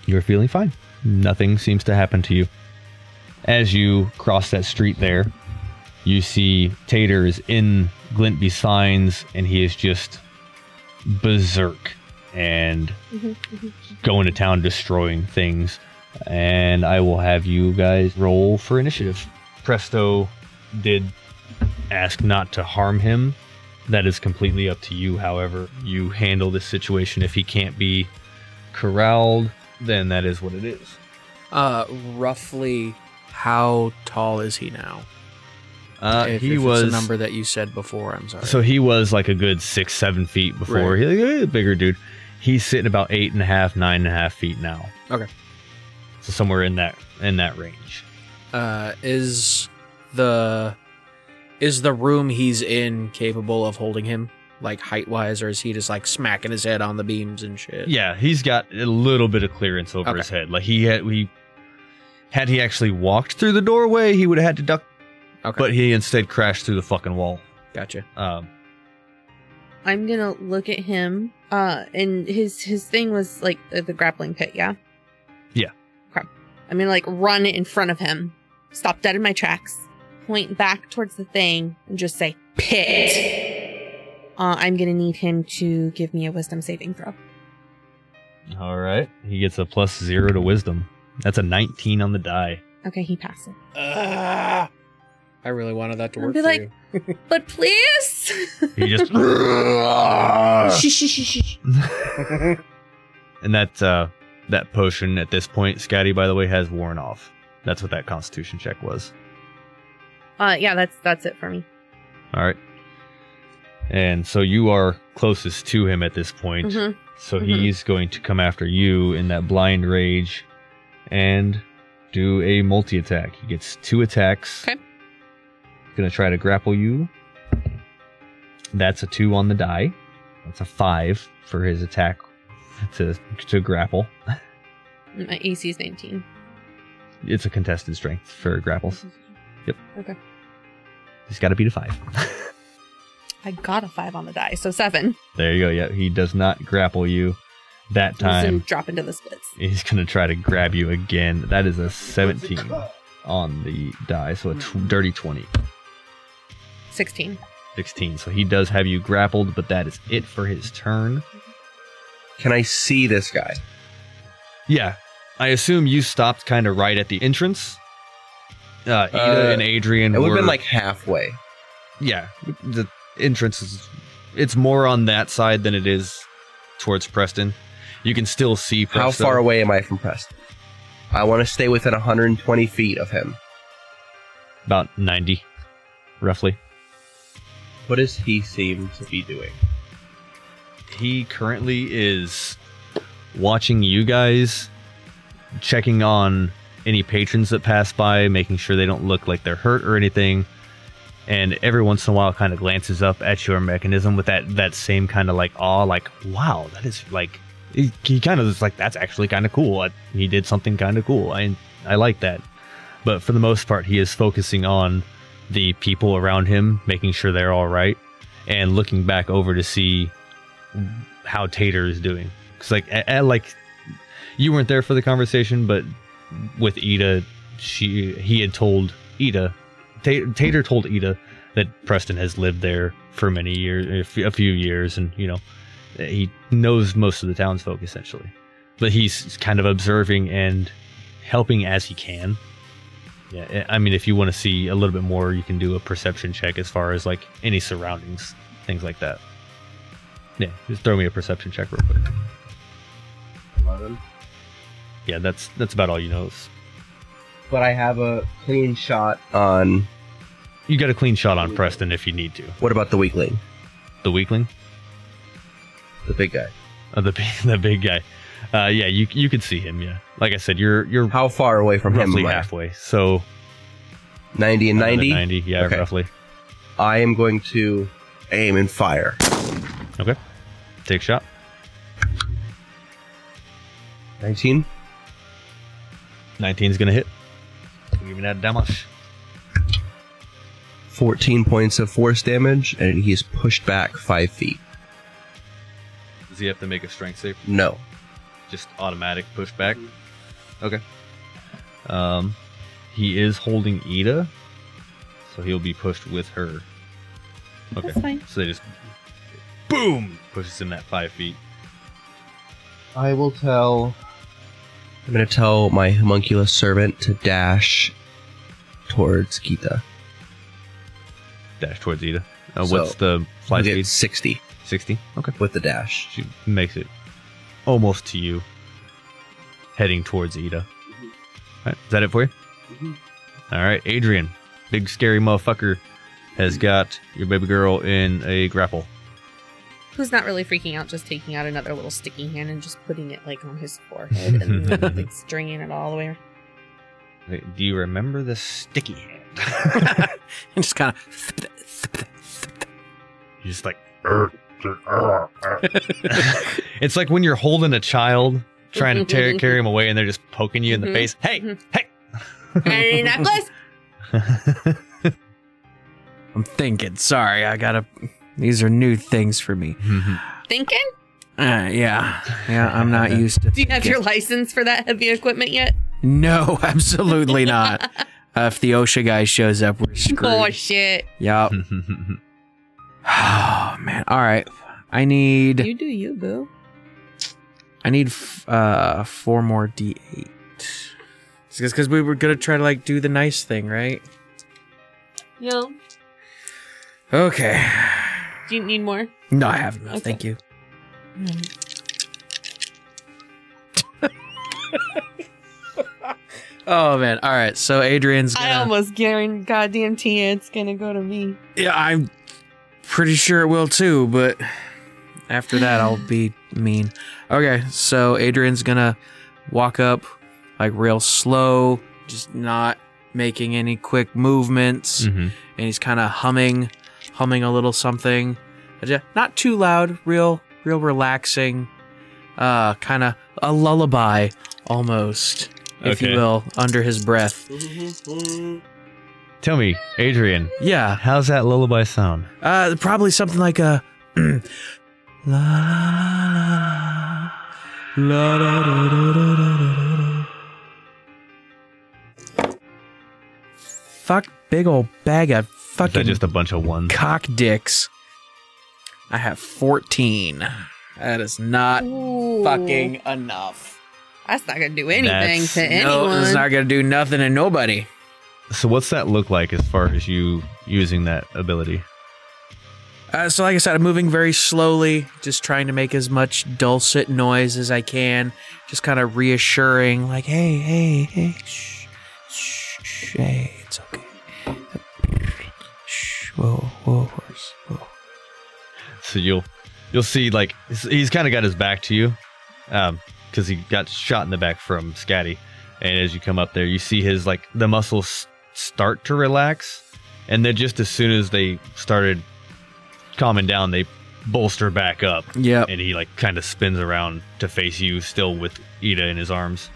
You're feeling fine. Nothing seems to happen to you. As you cross that street there, you see Tater is in Glintby signs and he is just berserk and going to town destroying things. And I will have you guys roll for initiative. Presto did ask not to harm him. That is completely up to you, however, you handle this situation. If he can't be corralled, then that is what it is.
Uh, roughly, how tall is he now?
Uh,
If-
he
if
was
it's a number that you said before. I'm sorry.
So he was like a good six, seven feet before.
Right.
He's like, eh, bigger dude. He's sitting about eight and a half, nine and a half feet now.
Okay.
So somewhere in that in that range.
uh, is the is the room he's in capable of holding him, like height wise, or is he just like smacking his head on the beams and shit?
Yeah, he's got a little bit of clearance over
Okay.
his head. Like he had we had he actually walked through the doorway, he would have had to duck.
Okay.
But he instead crashed through the fucking wall.
Gotcha.
Um,
I'm gonna look at him. Uh, and his his thing was like the, the grappling pit, yeah.
Yeah.
Okay. I'm gonna like run in front of him, stop dead in my tracks, point back towards the thing, and just say pit. Uh, I'm gonna need him to give me a wisdom saving throw.
all right. He gets a plus zero to wisdom. That's a nineteen on the die.
Okay, he passes.
Ah, I really wanted that to
I'd
work.
be
for
like-
you.
But please,
He just
shh, shh, shh, shh, shh.
and that uh, that potion at this point, Scotty, by the way, has worn off. That's what that Constitution check was.
Uh, yeah, that's that's it for me.
All right. And so you are closest to him at this point.
Mhm.
So
Mhm.
he's going to come after you in that blind rage and do a multi attack. He gets two attacks.
Okay.
Gonna try to grapple you. That's a two on the die. That's a five for his attack to to grapple.
My AC is 19.
It's a contested strength for grapples. Yep.
Okay.
He's gotta beat a five.
I got a five on the die, so seven.
There you go. Yeah, he does not grapple you that
Zoom,
time.
drop into the splits.
He's gonna try to grab you again. That is a 17 on the die, so a tw- dirty 20,
16.
16. So he does have you grappled, but that is it for his turn.
Can I see this guy?
Yeah, I assume you stopped kind of right at the entrance. Uh, Ida
Uh,
and Adrian
It would
were
have been like halfway.
yeah, the entrance is it's more on that side than it is towards Preston. You can still see Preston.
How far away am I from Preston? I want to stay within 120 feet of him.
About 90, roughly.
What does he seem to be doing?
he currently is watching you guys checking on any patrons that pass by making sure they don't look like they're hurt or anything and every once in a while kind of glances up at your mechanism with that that same kind of like awe like wow that is like he, he kind of is like that's actually kind of cool I, he did something kind of cool i i like that but for the most part he is focusing on the people around him making sure they're all right and looking back over to see how Tater is doing. Because like, a a- like you weren't there for the conversation, but with Ida, she he had told Ida, Ta- Tater told Ida that Preston has lived there for many years, a few- a few years, and you know he knows most of the townsfolk essentially. But he's kind of observing and helping as he can. Yeah, eh, I I mean, if you want to see a little bit more, you can do a perception check as far as like any surroundings, things like that. Yeah, just throw me a perception check real quick. Yeah, that's that's about all you know.
But I have a clean shot on.
You got a clean shot on Preston if you need to.
What about the weakling?
The weakling,
The big guy.
uh, the big, the big guy. Uh, yeah, you you could see him. Yeah, like I said, you're you're
How far away from him
roughly
am I?
halfway. So
90 and
another
90?
ninety, yeah,
Okay.
roughly.
I am going to aim and fire.
Okay, take shot.
19?
Nineteen's gonna hit. Give me that damage.
14 points of force damage, and he is pushed back 5 feet.
Does he have to make a strength save?
No.
Just automatic pushback. Okay. Um, he is holding Ida, so he'll be pushed with her. Okay.
That's fine.
So they just boom pushes him that five feet.
I will tell. I'm going to tell my homunculus servant to dash towards Kita.
Dash towards Ida. Uh,
So,
what's the fly
He'll get
speed?
60
Sixty. Okay.
with the dash.
She makes it almost to you, heading towards Ida. All right, is that it for you? All right, Adrian, big scary motherfucker, has got your baby girl in a grapple.
Who's not really freaking out, just taking out another little sticky hand and just putting it like on his forehead and like stringing it all the way.
Hey, Do you remember the sticky hand?
And just kind of
You're just like
Er, er, er, er.
it's like when you're holding a child, trying to tear, carry him away, and they're just poking you in the
Mhm.
face. Hey,
Mhm.
hey!
Hey, necklace.
I'm thinking. Sorry, I gotta. These are new things for me.
Thinking?
Uh, yeah, yeah, I'm not used to.
Do you have
thinking.
your license for that heavy equipment yet?
No, absolutely not. Uh, if the OSHA guy shows up, we're screwed.
Oh shit!
Yep. Oh man. All right. I need.
You do you, boo.
I need f- uh four more d8. It's because we were gonna try to like do the nice thing, right?
No,
Okay.
do you need more?
No, I have enough.
Okay. Mm.
Thank you. oh man. All right. So Adrian's gonna.
I almost guarantee, goddamn T, it's gonna go to me.
yeah, I'm pretty sure it will too. But after that, I'll be mean. Okay. So Adrian's gonna walk up like real slow, just not making any quick movements.
Mhm.
and he's kind of humming, humming a little something, Uh, ju- not too loud, real, real relaxing, uh, kind of a lullaby almost, if
Okay.
you will, under his breath.
Tell me, Adrian,
Yeah,
how's that lullaby sound?
uh, probably something like a la la da, da, da, da, da, da, da. Fuck, big old bag of
Is that
fucking
just a bunch of ones?
cock dicks. I have 14. That is not
Ooh.
fucking enough.
That's not gonna do anything
That's-
to
No,
anyone.
it's not going to do nothing to nobody.
So what's that look like as far as you using that ability?
Uh, so, like I said, I'm moving very slowly, just trying to make as much dulcet noise as I can, just kind of reassuring, like, hey, hey, hey, shh, shh, shh, hey, it's okay. Shh, whoa, whoa, horse, whoa.
So you'll you'll see like he's- he's kind of got his back to you, um, because he got shot in the back from Scatty, and as you come up there, you see his like the muscles start to relax, and then just as soon as they started calming down, they bolster back up,
Yep.
and he like kind of spins around to face you, still with Ida in his arms.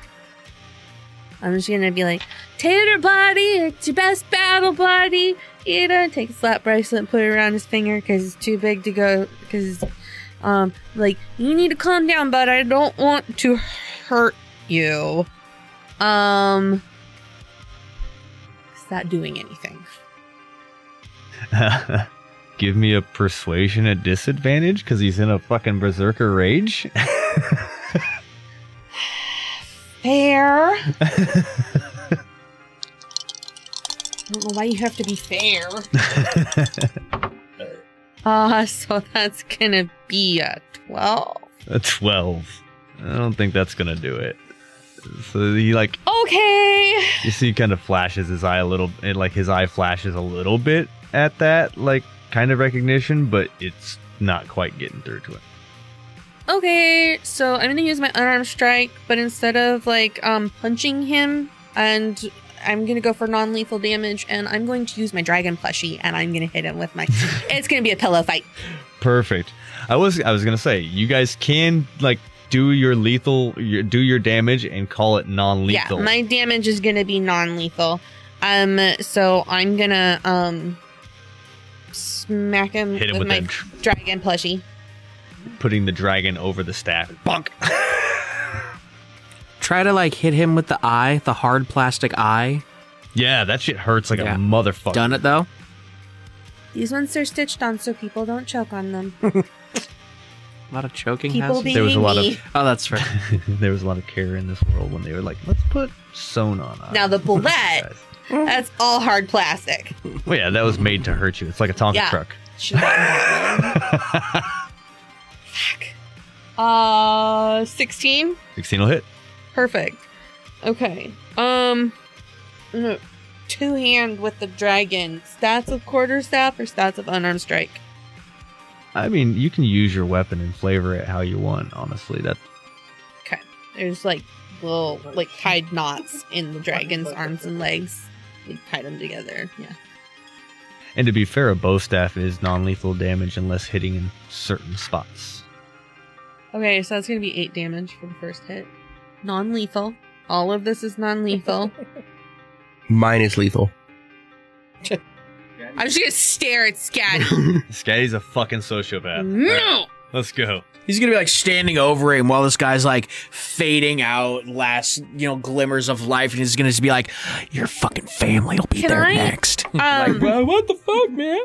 I'm just gonna be like, Tater Body, it's your best battle buddy. You know, take a slap bracelet and put it around his finger because it's too big to go. Because, um, like, you need to calm down, but I don't want to hurt you. Um, is that doing anything?
Give me a persuasion at disadvantage because he's in a fucking berserker rage.
Fair. I don't know why you have to be fair. Ah, so that's gonna be a 12.
A 12. I don't think that's going to do it. So he like
Okay.
you see kind of flashes his eye a little and like his eye flashes a little bit at that like kind of recognition, but it's not quite getting through to him.
Okay, so I'm gonna use my unarmed strike, but instead of like um punching him, and I'm gonna go for non-lethal damage, and I'm going to use my dragon plushie, and I'm gonna hit him with my. it's gonna be a pillow fight.
Perfect. I was I was going to say you guys can like do your lethal your, do your damage and call it non-lethal.
Yeah, my damage is gonna be non-lethal. Um, so I'm gonna um smack him,
Hit
with,
him with
my
that tr-
dragon plushie.
putting the dragon over the staff. Bonk!
Try to like hit him with the eye, the hard plastic eye.
Yeah, that shit hurts like
Yeah.
a motherfucker.
Done it though.
These ones are stitched on so people don't choke on them.
A lot of choking.
People
hazards.
being
There was a lot of-
me.
oh, that's right.
there was a lot of care in this world when they were like, let's put Sonon on.
Now the bullet,
Guys.
that's all hard plastic.
Well, yeah, that was made to hurt you. It's like a Tonka
Yeah.
truck.
Should've gotten that one. Fuck. Uh, sixteen.
16 will hit.
Perfect. Okay. Um, two hand with the dragon. Stats of quarter staff or stats of unarmed strike.
I mean, you can use your weapon and flavor it how you want, honestly. That
There's like little like tied knots in the dragon's arms and legs. We tied them together. Yeah.
And to be fair, a bow staff is non-lethal damage unless hitting in certain spots.
Okay, so that's gonna be eight damage for the first hit. Non-lethal. All of this is non-lethal.
Mine is lethal.
I'm just gonna stare at Scatty.
Scatty's a fucking sociopath.
no.
let's go.
He's gonna be like standing over him while this guy's like fading out, last you know glimmers of life, and he's gonna just be like, "Your fucking family will be
Can
there
I-
next."
Um,
Well, what the fuck, man?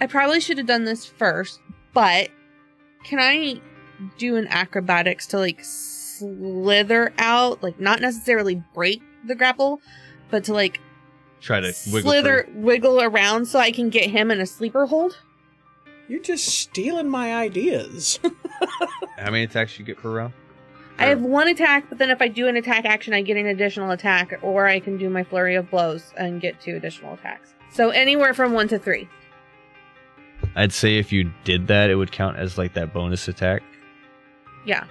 I probably should have done this first, but can I do an acrobatics to like slither out, like not necessarily break the grapple, but to like
Try to wiggle.
slither wiggle around so I can get him in a sleeper hold?
You're just stealing my ideas.
through. How many attacks you get per round?
I have one attack, but then if I do an attack action, I get an additional attack, or I can do my flurry of blows and get two additional attacks. So anywhere from one to three.
I'd say if you did that, it would count as like that bonus attack.
Yeah.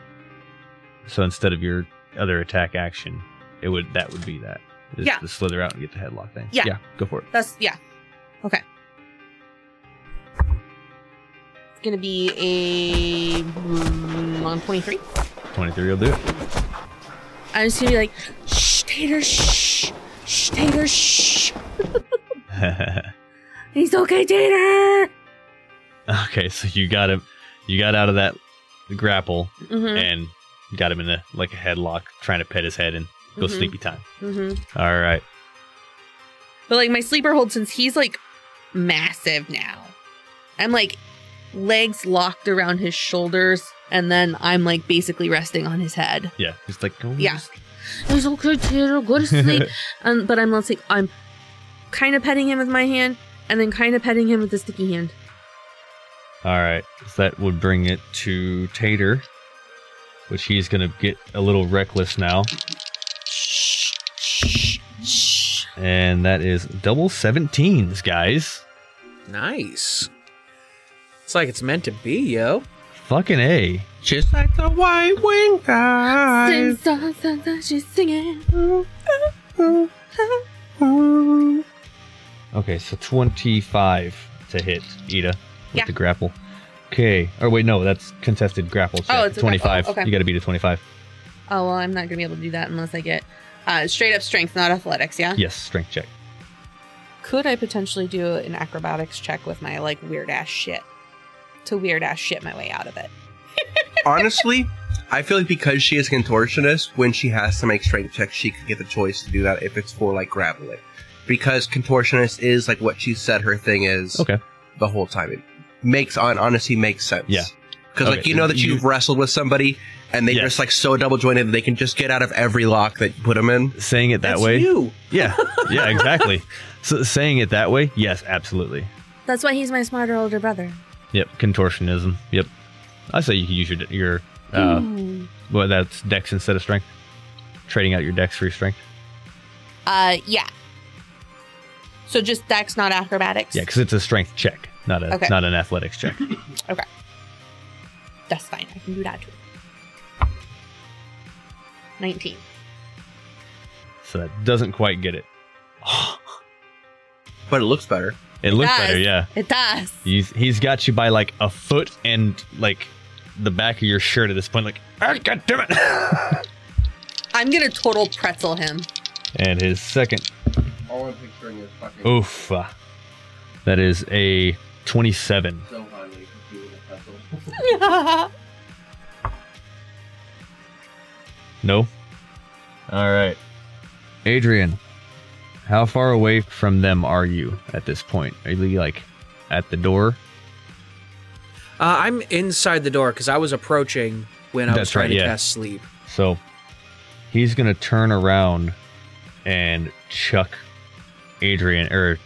So instead of your other attack action, it would that would be that. Is
Yeah.
The slither out and get the headlock thing.
Yeah.
Go for it.
That's yeah. Okay. It's gonna be a mm, on twenty three.
Twenty-three will do it.
I'm just gonna be like, shh, Tater, shh, shh, Tater, shh. He's okay, Tater.
okay, so you got him. You got out of that grapple
Mhm.
and got him in a like a headlock, trying to pet his head and go
Mhm.
sleepy time.
Mhm.
All right.
But like my sleeper hold, since he's like massive now, I'm like legs locked around his shoulders, and then I'm like basically resting on his head.
Yeah. He's like, oh,
Yeah. It's okay, Tater. Go to sleep. Um, but I'm not like I'm kind of petting him with my hand, and then kind of petting him with the sticky hand.
All right. So that would bring it to Tater, which he's going to get a little reckless now. And that is double 17s, guys.
nice. It's like it's meant to be, yo.
Fucking A.
Just like the white wing
Sing
guys.
song, song, song, she's singing.
Okay, so 25 to hit Ida with
Yeah.
the grapple. Okay. Or wait, no, that's contested grapple. so
Oh, it's a grapple.
25.
Okay.
You got to beat a 25.
Oh well, I'm not gonna be able to do that unless I get uh, straight up strength, not athletics. Yeah?
Yes, strength check.
Could I potentially do an acrobatics check with my like weird ass shit to weird ass shit my way out of it?
Honestly, I feel like because she is contortionist, when she has to make strength checks, she could get the choice to do that if it's for like grappling, because contortionist is like what she said her thing is.
Okay.
The whole time it makes on honestly makes sense.
Yeah.
Because like
Okay,
you know that
you-
you've wrestled with somebody and they
Yes.
just like so double jointed that they can just get out of every lock that you put them in.
Saying it that
That's
way.
you.
Yeah. Yeah, exactly. so saying it that way, yes, absolutely.
That's why he's my smarter older brother.
Yep, contortionism. Yep. I say you can use your your uh, well, that's dex instead of strength. Trading out your dex for your strength.
Uh, yeah. So just dex, not acrobatics.
Yeah, because it's a strength check, not a
Okay.
not an athletics check.
That's fine. I can do that too. 19.
so that doesn't quite get it.
But it looks better.
It looks
does.
better, yeah.
It does.
He's he's got you by like a foot and like the back of your shirt at this point. Like, ah, god damn it!
I'm gonna total pretzel him.
and his second
All I'm picturing is fucking.
oof, uh, that is a 27. No? All right. Adrian, how far away from them are you at this point? Are you like at the door?
Uh, I'm inside the door because I was approaching when I was
That's
trying
right,
to
yeah.
cast sleep.
So he's going to turn around and chuck Adrian or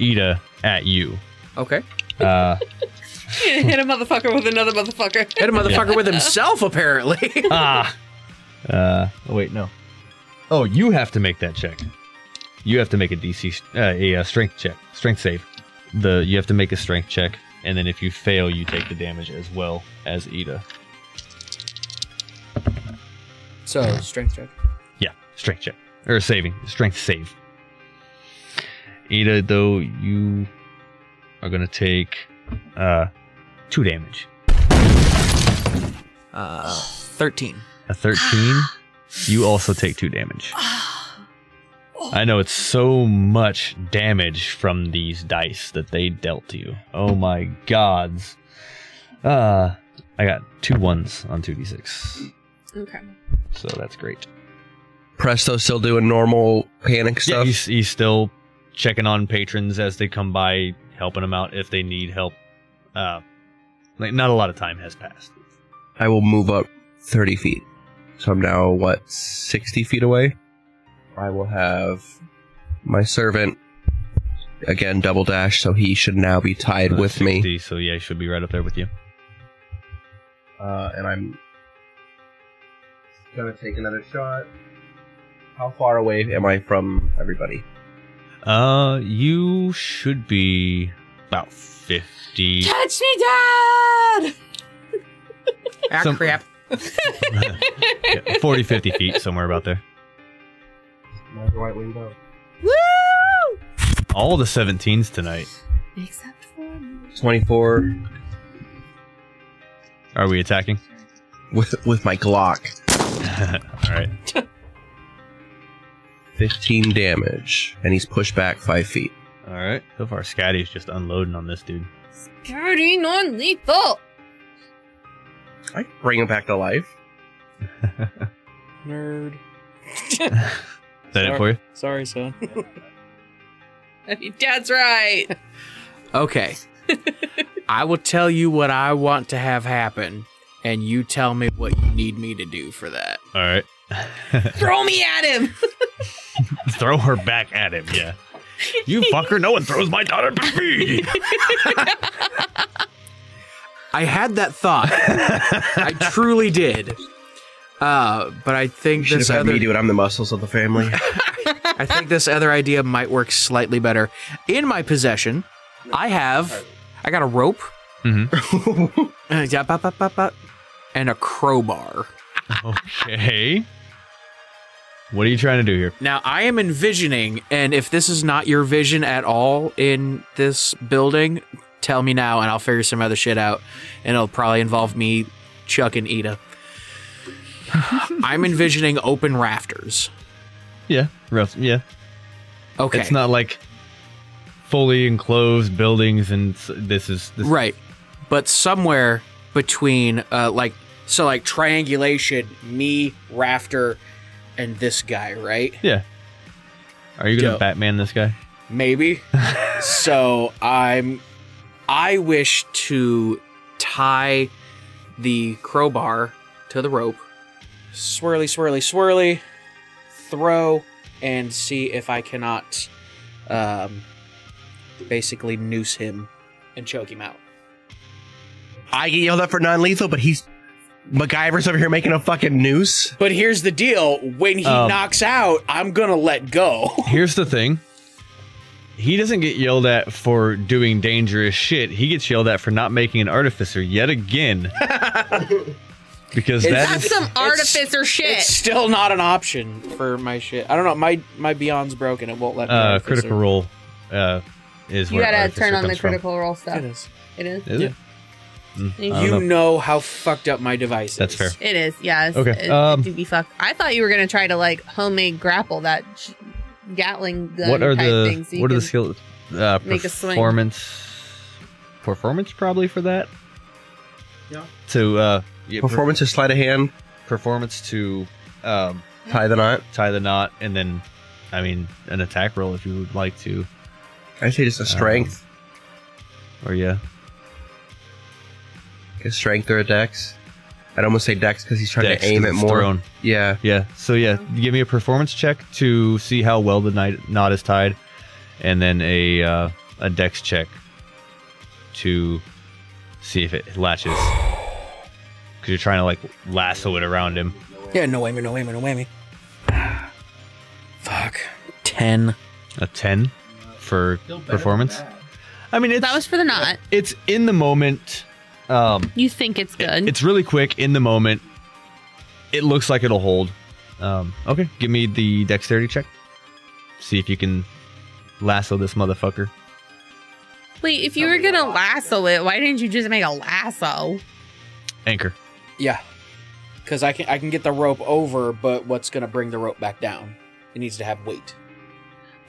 Ida at you.
Okay.
Uh,
Hit a motherfucker with another motherfucker.
Hit a motherfucker with himself, apparently.
ah. Uh, oh wait, no. Oh, you have to make that check. You have to make a DC, uh, a uh, strength check, strength save. The you have to make a strength check, and then if you fail, you take the damage as well as Ida.
so, strength check.
Yeah, strength check or saving strength save. Ida, though, you are gonna take uh two damage.
13.
A 13, you also take two damage. I know it's so much damage from these dice that they dealt to you. Oh my gods. Uh, I got two ones on 2d6,
Okay.
so that's great.
Presto still doing normal panic
Yeah,
stuff.
he's, he's still checking on patrons as they come by, helping them out if they need help. Uh, like not a lot of time has passed.
I will move up 30 feet. So I'm now, what, 60 feet away? I will have my servant, again, double dash, so he should now be tied with me.
60, Uh, so yeah, he should be right up there with you.
Uh, and I'm gonna take another shot. How far away am I from everybody?
Uh, you should be about 50.
Catch me, Dad!
Ah,
Some-
crap.
yeah, 40, 50 feet, somewhere about there.
right wing bow.
Woo!
All the 17s tonight.
Except for me.
24
Are we attacking?
with with my Glock.
All right.
15 damage, and he's pushed back five feet.
All right. So far, Scatty's just unloading on this dude.
Pretty non-lethal.
I can bring him back to life.
Nerd.
Is that it for you?
Sorry, son.
Dad's right.
Okay. I will tell you what I want to have happen, and you tell me what you need me to do for that.
All right.
Throw me at him.
Throw her back at him. Yeah. You fucker, no one throws my daughter but me.
I had that thought. I truly did. Uh, but I think
Should have
this
had
other
me do it. I'm the muscles of the family.
I think this other idea might work slightly better. In my possession, I have I got a rope.
Mm-hmm.
Uh, yeah, ba, ba, ba, ba, and a crowbar.
Okay. What are you trying to do here?
Now, I am envisioning, and if this is not your vision at all in this building, tell me now and I'll figure some other shit out. And it'll probably involve me, Chuck, and Ida. I'm envisioning open rafters.
Yeah. Rough. Yeah.
Okay.
It's not like fully enclosed buildings, and s- this is this.
right. But somewhere between, uh, like, so like triangulation, me, rafter, and this guy, right?
Yeah. Are you gonna
Yo.
Batman this guy?
maybe so i'm i wish to tie the crowbar to the rope swirly swirly swirly throw and see if i cannot um basically noose him and choke him out
I get yelled at for non-lethal, but he's MacGyver's over here making a fucking noose.
but here's the deal when he
Um.
knocks out i'm gonna let go
Here's the thing. He doesn't get yelled at for doing dangerous shit. He gets yelled at for not making an artificer yet again. because that
That's
is
some artificer
it's
shit.
still not an option for my shit i don't know my my beyond's broken it won't let me
uh,
artificer.
critical roll. Uh, is
You
where
gotta
artificer
turn on the
comes from.
critical roll
it
stuff.
is
It is.
Is it? I
You
don't
know. how fucked up my device is.
That's fair.
It is. Yeah. It's,
Okay,
It, it
um,
do be fucked. I thought you were gonna try to like homemade grapple that j- Gatling gun
What are
type
the
things. so you
what are the
can-
skill uh,
make a swing.
performance performance probably for that.
Yeah.
To uh, yeah, per-
Performance or sleight of hand,
performance to um,
tie the knot.
tie the knot, and then, I mean, an attack roll if you would like to,
I say
Um,
just a strength,
or yeah,
a strength or a dex. I'd almost say dex because he's trying
Dex,
to aim
'cause
it
it's
more.
thrown.
Yeah,
Yeah. So yeah, give me a performance check to see how well the knight, knot is tied, and then a uh, a dex check to see if it latches. Because you're trying to like lasso it around him.
Yeah, no whammy, no whammy, no whammy. Fuck. 10.
A ten for performance. I mean, it's
That was for the knot.
it's in the moment. Um,
You think it's good.
It's really quick in the moment. It looks like it'll hold. Um, okay, give me the dexterity check. See if you can lasso this motherfucker.
Wait, if you were gonna lasso it, why didn't you just make a lasso?
Anchor.
Yeah, because I can I can get the rope over, but what's gonna bring the rope back down? It needs to have weight.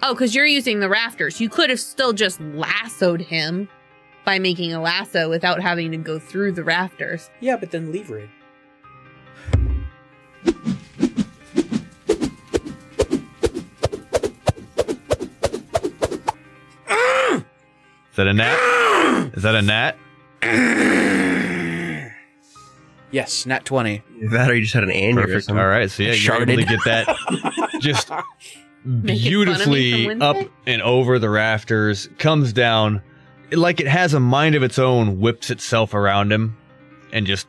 Oh, because you're using the rafters. You could have still just lassoed him by making a lasso without having to go through the rafters.
Yeah, but then lever it.
Is that a gnat? Is that a gnat?
Yes, not twenty.
that or you just had an
Perfect.
aneurysm.
All right, so yeah, you're able to get that just
me
beautifully
from
up
Wednesday?
and over the rafters. Comes down it- like it has a mind of its own. Whips itself around him, and just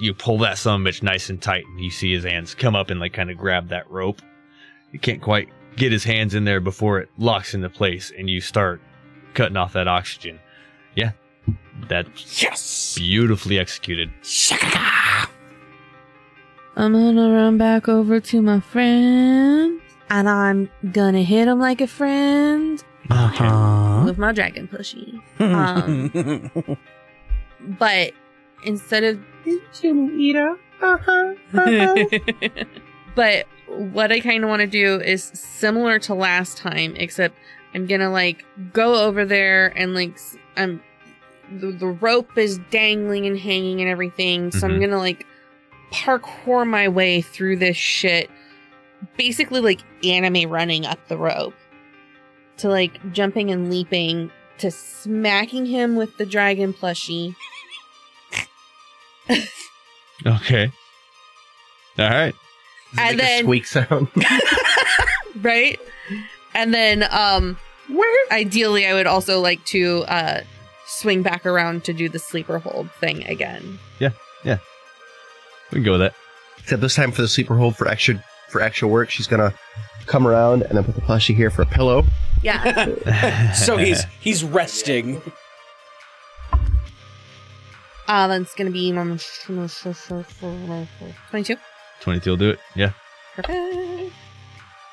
you pull that son of a bitch nice and tight, and you see his hands come up and like kind of grab that rope. He can't quite get his hands in there before it locks into place, and you start cutting off that oxygen. Yeah, that's
Yes.
beautifully executed.
I'm gonna run back over to my friend, and I'm gonna hit him like a friend
Uh-huh.
with my dragon pushy. Um, but instead of But what I kind of want to do is similar to last time, except I'm gonna like go over there and like s- I'm the, the rope is dangling and hanging and everything, so I'm
Mhm.
gonna like parkour my way through this shit, basically like anime running up the rope to like jumping and leaping to smacking him with the dragon plushie.
Okay. All right.
Does it
And
make
then-
a squeak sound.
right? And then um ideally I would also like to uh swing back around to do the sleeper hold thing again.
We can go with that.
Except this time for the sleeper hold for extra for extra work, she's gonna come around and then put the plushie here for a pillow.
Yeah.
so he's he's resting.
uh that's gonna be um, 22.
22 will do it. Yeah.
Perfect.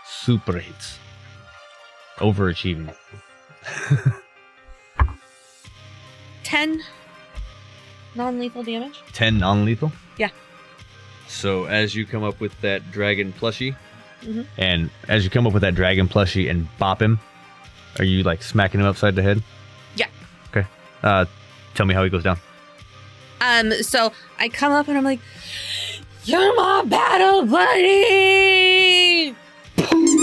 Super hits. Overachieving.
10 non-lethal damage.
10 non lethal?
Yeah.
So as you come up with that dragon plushie,
Mhm.
and as you come up with that dragon plushie and bop him, are you like smacking him upside the head?
Yeah.
Okay. Uh, tell me how he goes down.
Um, so I come up and I'm like, You're my battle buddy!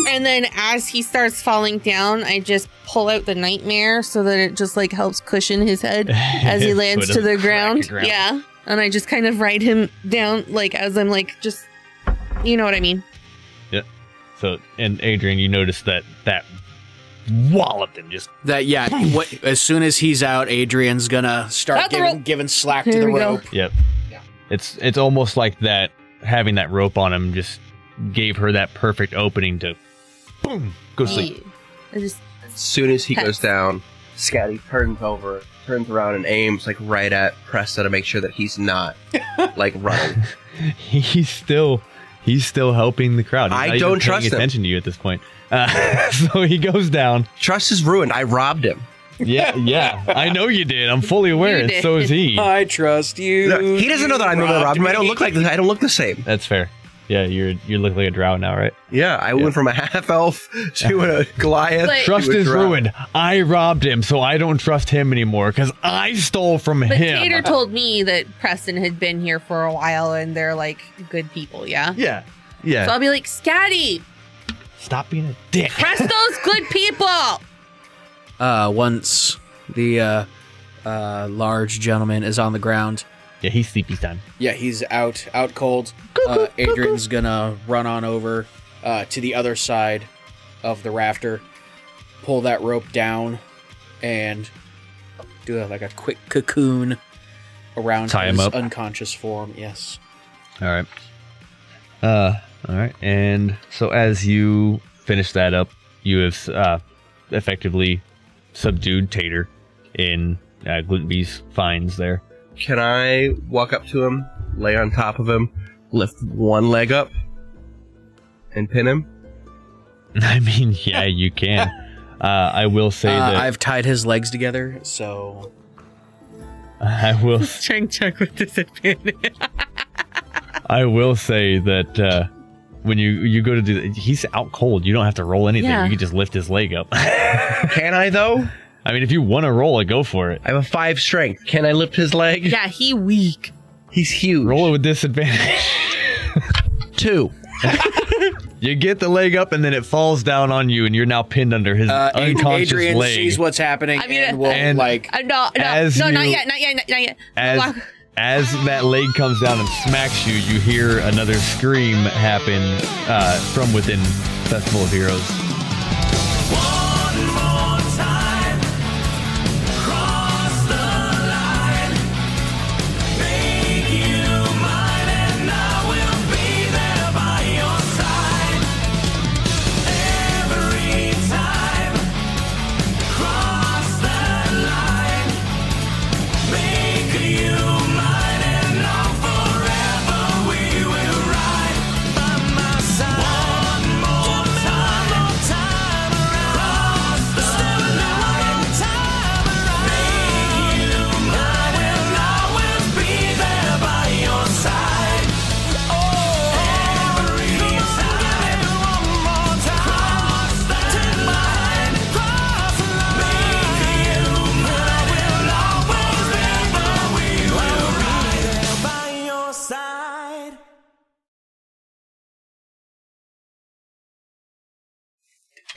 And then as he starts falling down, I just pull out the nightmare so that it just like helps cushion his head as he lands
Put
to
him
the
crack
ground.
ground.
Yeah. And I just kind of ride him down, like as I'm like, just, you know what I mean?
So, and Adrian, you notice that that walloped him just
That, yeah, what, as soon as he's out, Adrian's gonna start
Out the
giving,
rope.
giving slack
Here
to the
we go.
rope.
Yep. It's it's almost like that having that rope on him just gave her that perfect opening to boom go to sleep.
I just,
As soon as he
Pets.
goes down, Scatty turns over, turns around and aims like right at Presta to make sure that he's not like running.
He's still he's still helping the crowd. He's
I
not even
don't
paying
trust him.
attention to you at this point. Uh, so he goes down.
Trust is ruined. I robbed him.
Yeah, yeah. I know you did. I'm fully aware.
You
and
did.
so is he.
I trust you.
Look, he doesn't know that I'm the one that robbed him. I don't look like this. I don't look the same.
That's fair. Yeah, you're you look like a drow now, right?
Yeah, I went from a half elf to a Goliath.
But-
trust
to a
is
drow.
ruined. I robbed him, so I don't trust him anymore because I stole from
But
him.
Tater told me that Preston had been here for a while and they're like good people, yeah?
yeah, yeah.
So I'll be like, Scatty,
Stop being a dick.
Presto's good people.
Uh, once the uh, uh, large gentleman is on the ground,
Yeah, he's sleepy time.
Yeah, he's out, out cold. Uh, Adrian's gonna run on over uh, to the other side of the rafter, pull that rope down, and do a, like a quick cocoon around
Tie him
his
up.
unconscious form. Yes.
All right. Uh, all right. And so as you finish that up, you have uh, effectively subdued Tater in uh, Glutenbee's finds there.
Can I walk up to him, lay on top of him, lift one leg up, and pin him?
I mean, yeah, you can. Uh, I will say
uh,
that
I've tied his legs together.
So
I will
Strength check with disadvantage.
I will say that uh, when you you go to do that, he's out cold. You don't have to roll anything.
Yeah.
You can just lift his leg up.
Can I though?
I mean, if you want to roll it, go for it.
I have a five strength. Can I lift his leg?
yeah, he weak.
He's huge.
Roll it with disadvantage.
two.
You get the leg up, and then it falls down on you, and you're now pinned under his
uh, Ad-
unconscious
Adrian
leg.
sees what's happening
I mean,
and will
and-
like.
Uh, no, no,
As
no, not
you-
yet, not yet, not yet.
as
Walk-
as that leg comes down and smacks you, you hear another scream happen uh, from within Festival of Heroes.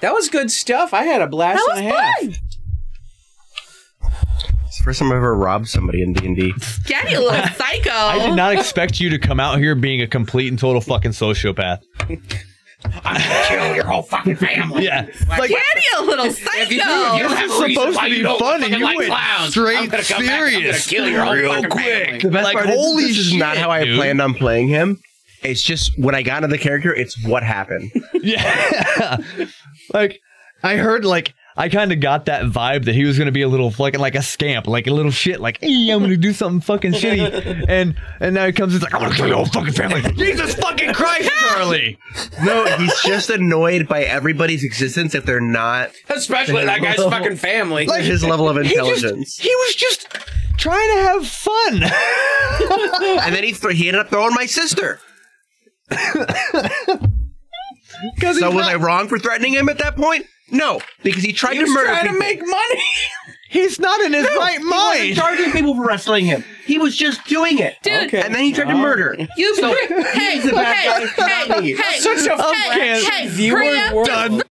That was good stuff. I had a blast
That
and a
was
half.
fun.
It's the first time I've ever robbed somebody in D and D.
Scatty looks psycho.
I did not expect you to come out here being a complete and total fucking sociopath.
Kill your whole fucking family.
Yeah, like
Scatty a little psycho.
have
Oh, this is supposed to be fun, and you went straight serious
kill your whole
real
fucking
quick.
family.
The best
like
part
holy
is, this is
shit,
not how I
dude.
planned on playing him. It's just when I got into the character, it's what happened.
Yeah. like I heard like I kind of got that vibe that he was gonna be a little fucking like a scamp, like a little shit, like hey, I'm gonna do something fucking shitty, and and now he comes, it's like I'm gonna kill your whole fucking family. Jesus fucking Christ, Charlie!
no, he's just annoyed by everybody's existence if they're not
Especially that guy's fucking family.
like, his level of
He just-
intelligence.
He, was just trying to have fun.
and then he th- he ended up throwing my sister.
'Cause
So
he's
was
not-
I wrong for threatening him at that point? No, because he tried
He
to
was
murder
trying to
people.
make money.
He's not in his right
He wasn't
mind.
charging people for wrestling him. He was just doing it.
Dude,
Okay.
And then he tried to murder.
you so, hey,
he's a bad
hey,
guy, not
hey,
me.
hey, hey,
Such a
hey,
fucking
hey,
viewer
hurry up.
world.
Done.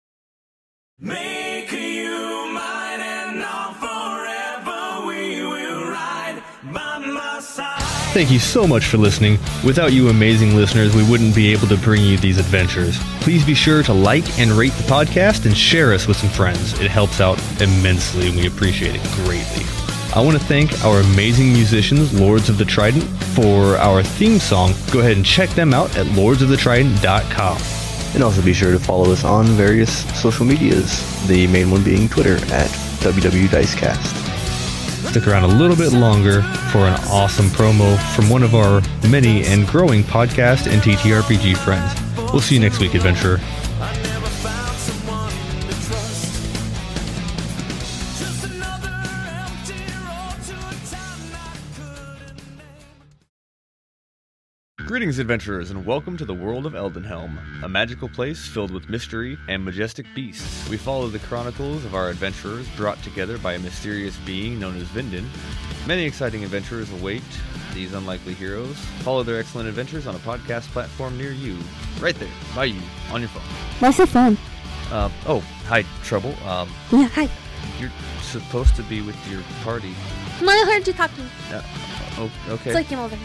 Make you mine and now forever we will ride by my side.
Thank you so much for listening. Without you amazing listeners, we wouldn't be able to bring you these adventures. Please be sure to like and rate the podcast and share us with some friends. It helps out immensely and we appreciate it greatly. I want to thank our amazing musicians, Lords of the Trident, for our theme song. Go ahead and check them out at lordsoftheTrident.com.
And also be sure to follow us on various social medias, the main one being Twitter at WWDicecast.
Stick around a little bit longer for an awesome promo from one of our many and growing podcast and TTRPG friends. We'll see you next week, adventurer.
Just another empty road to a town I couldn't name.
Greetings, adventurers, and welcome to the world of Eldenhelm, a magical place filled with mystery and majestic beasts. We follow the chronicles of our adventurers brought together by a mysterious being known as Vindin. Many exciting adventures await these unlikely heroes. Follow their excellent adventures on a podcast platform near you, right there, by you, on your phone.
Where's the phone?
Um, oh, hi, Trouble. Um,
Yeah, hi.
you're supposed to be with your party.
Come on, I heard you talking.
Uh, oh, okay.
So I came over.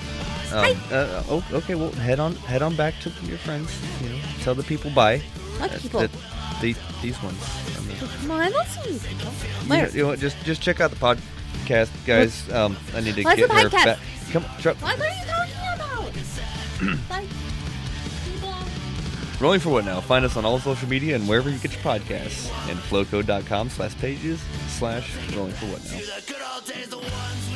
Um, uh, oh, okay. Well, head on, head on back to your friends. You know, tell the people bye.
What
That-
people?
that- the- these ones. I mean, you
Come on, I don't see you people.
know-
Where?
You know, what, just just check out the podcast, guys. Um, I need to
Where's
get
the
her
podcast?
back. Come on, tr-
What are you talking about? like, people.
rolling for what now? Find us on all social media and wherever you get your podcasts, and flowcode.com slash pages slash rolling for what now.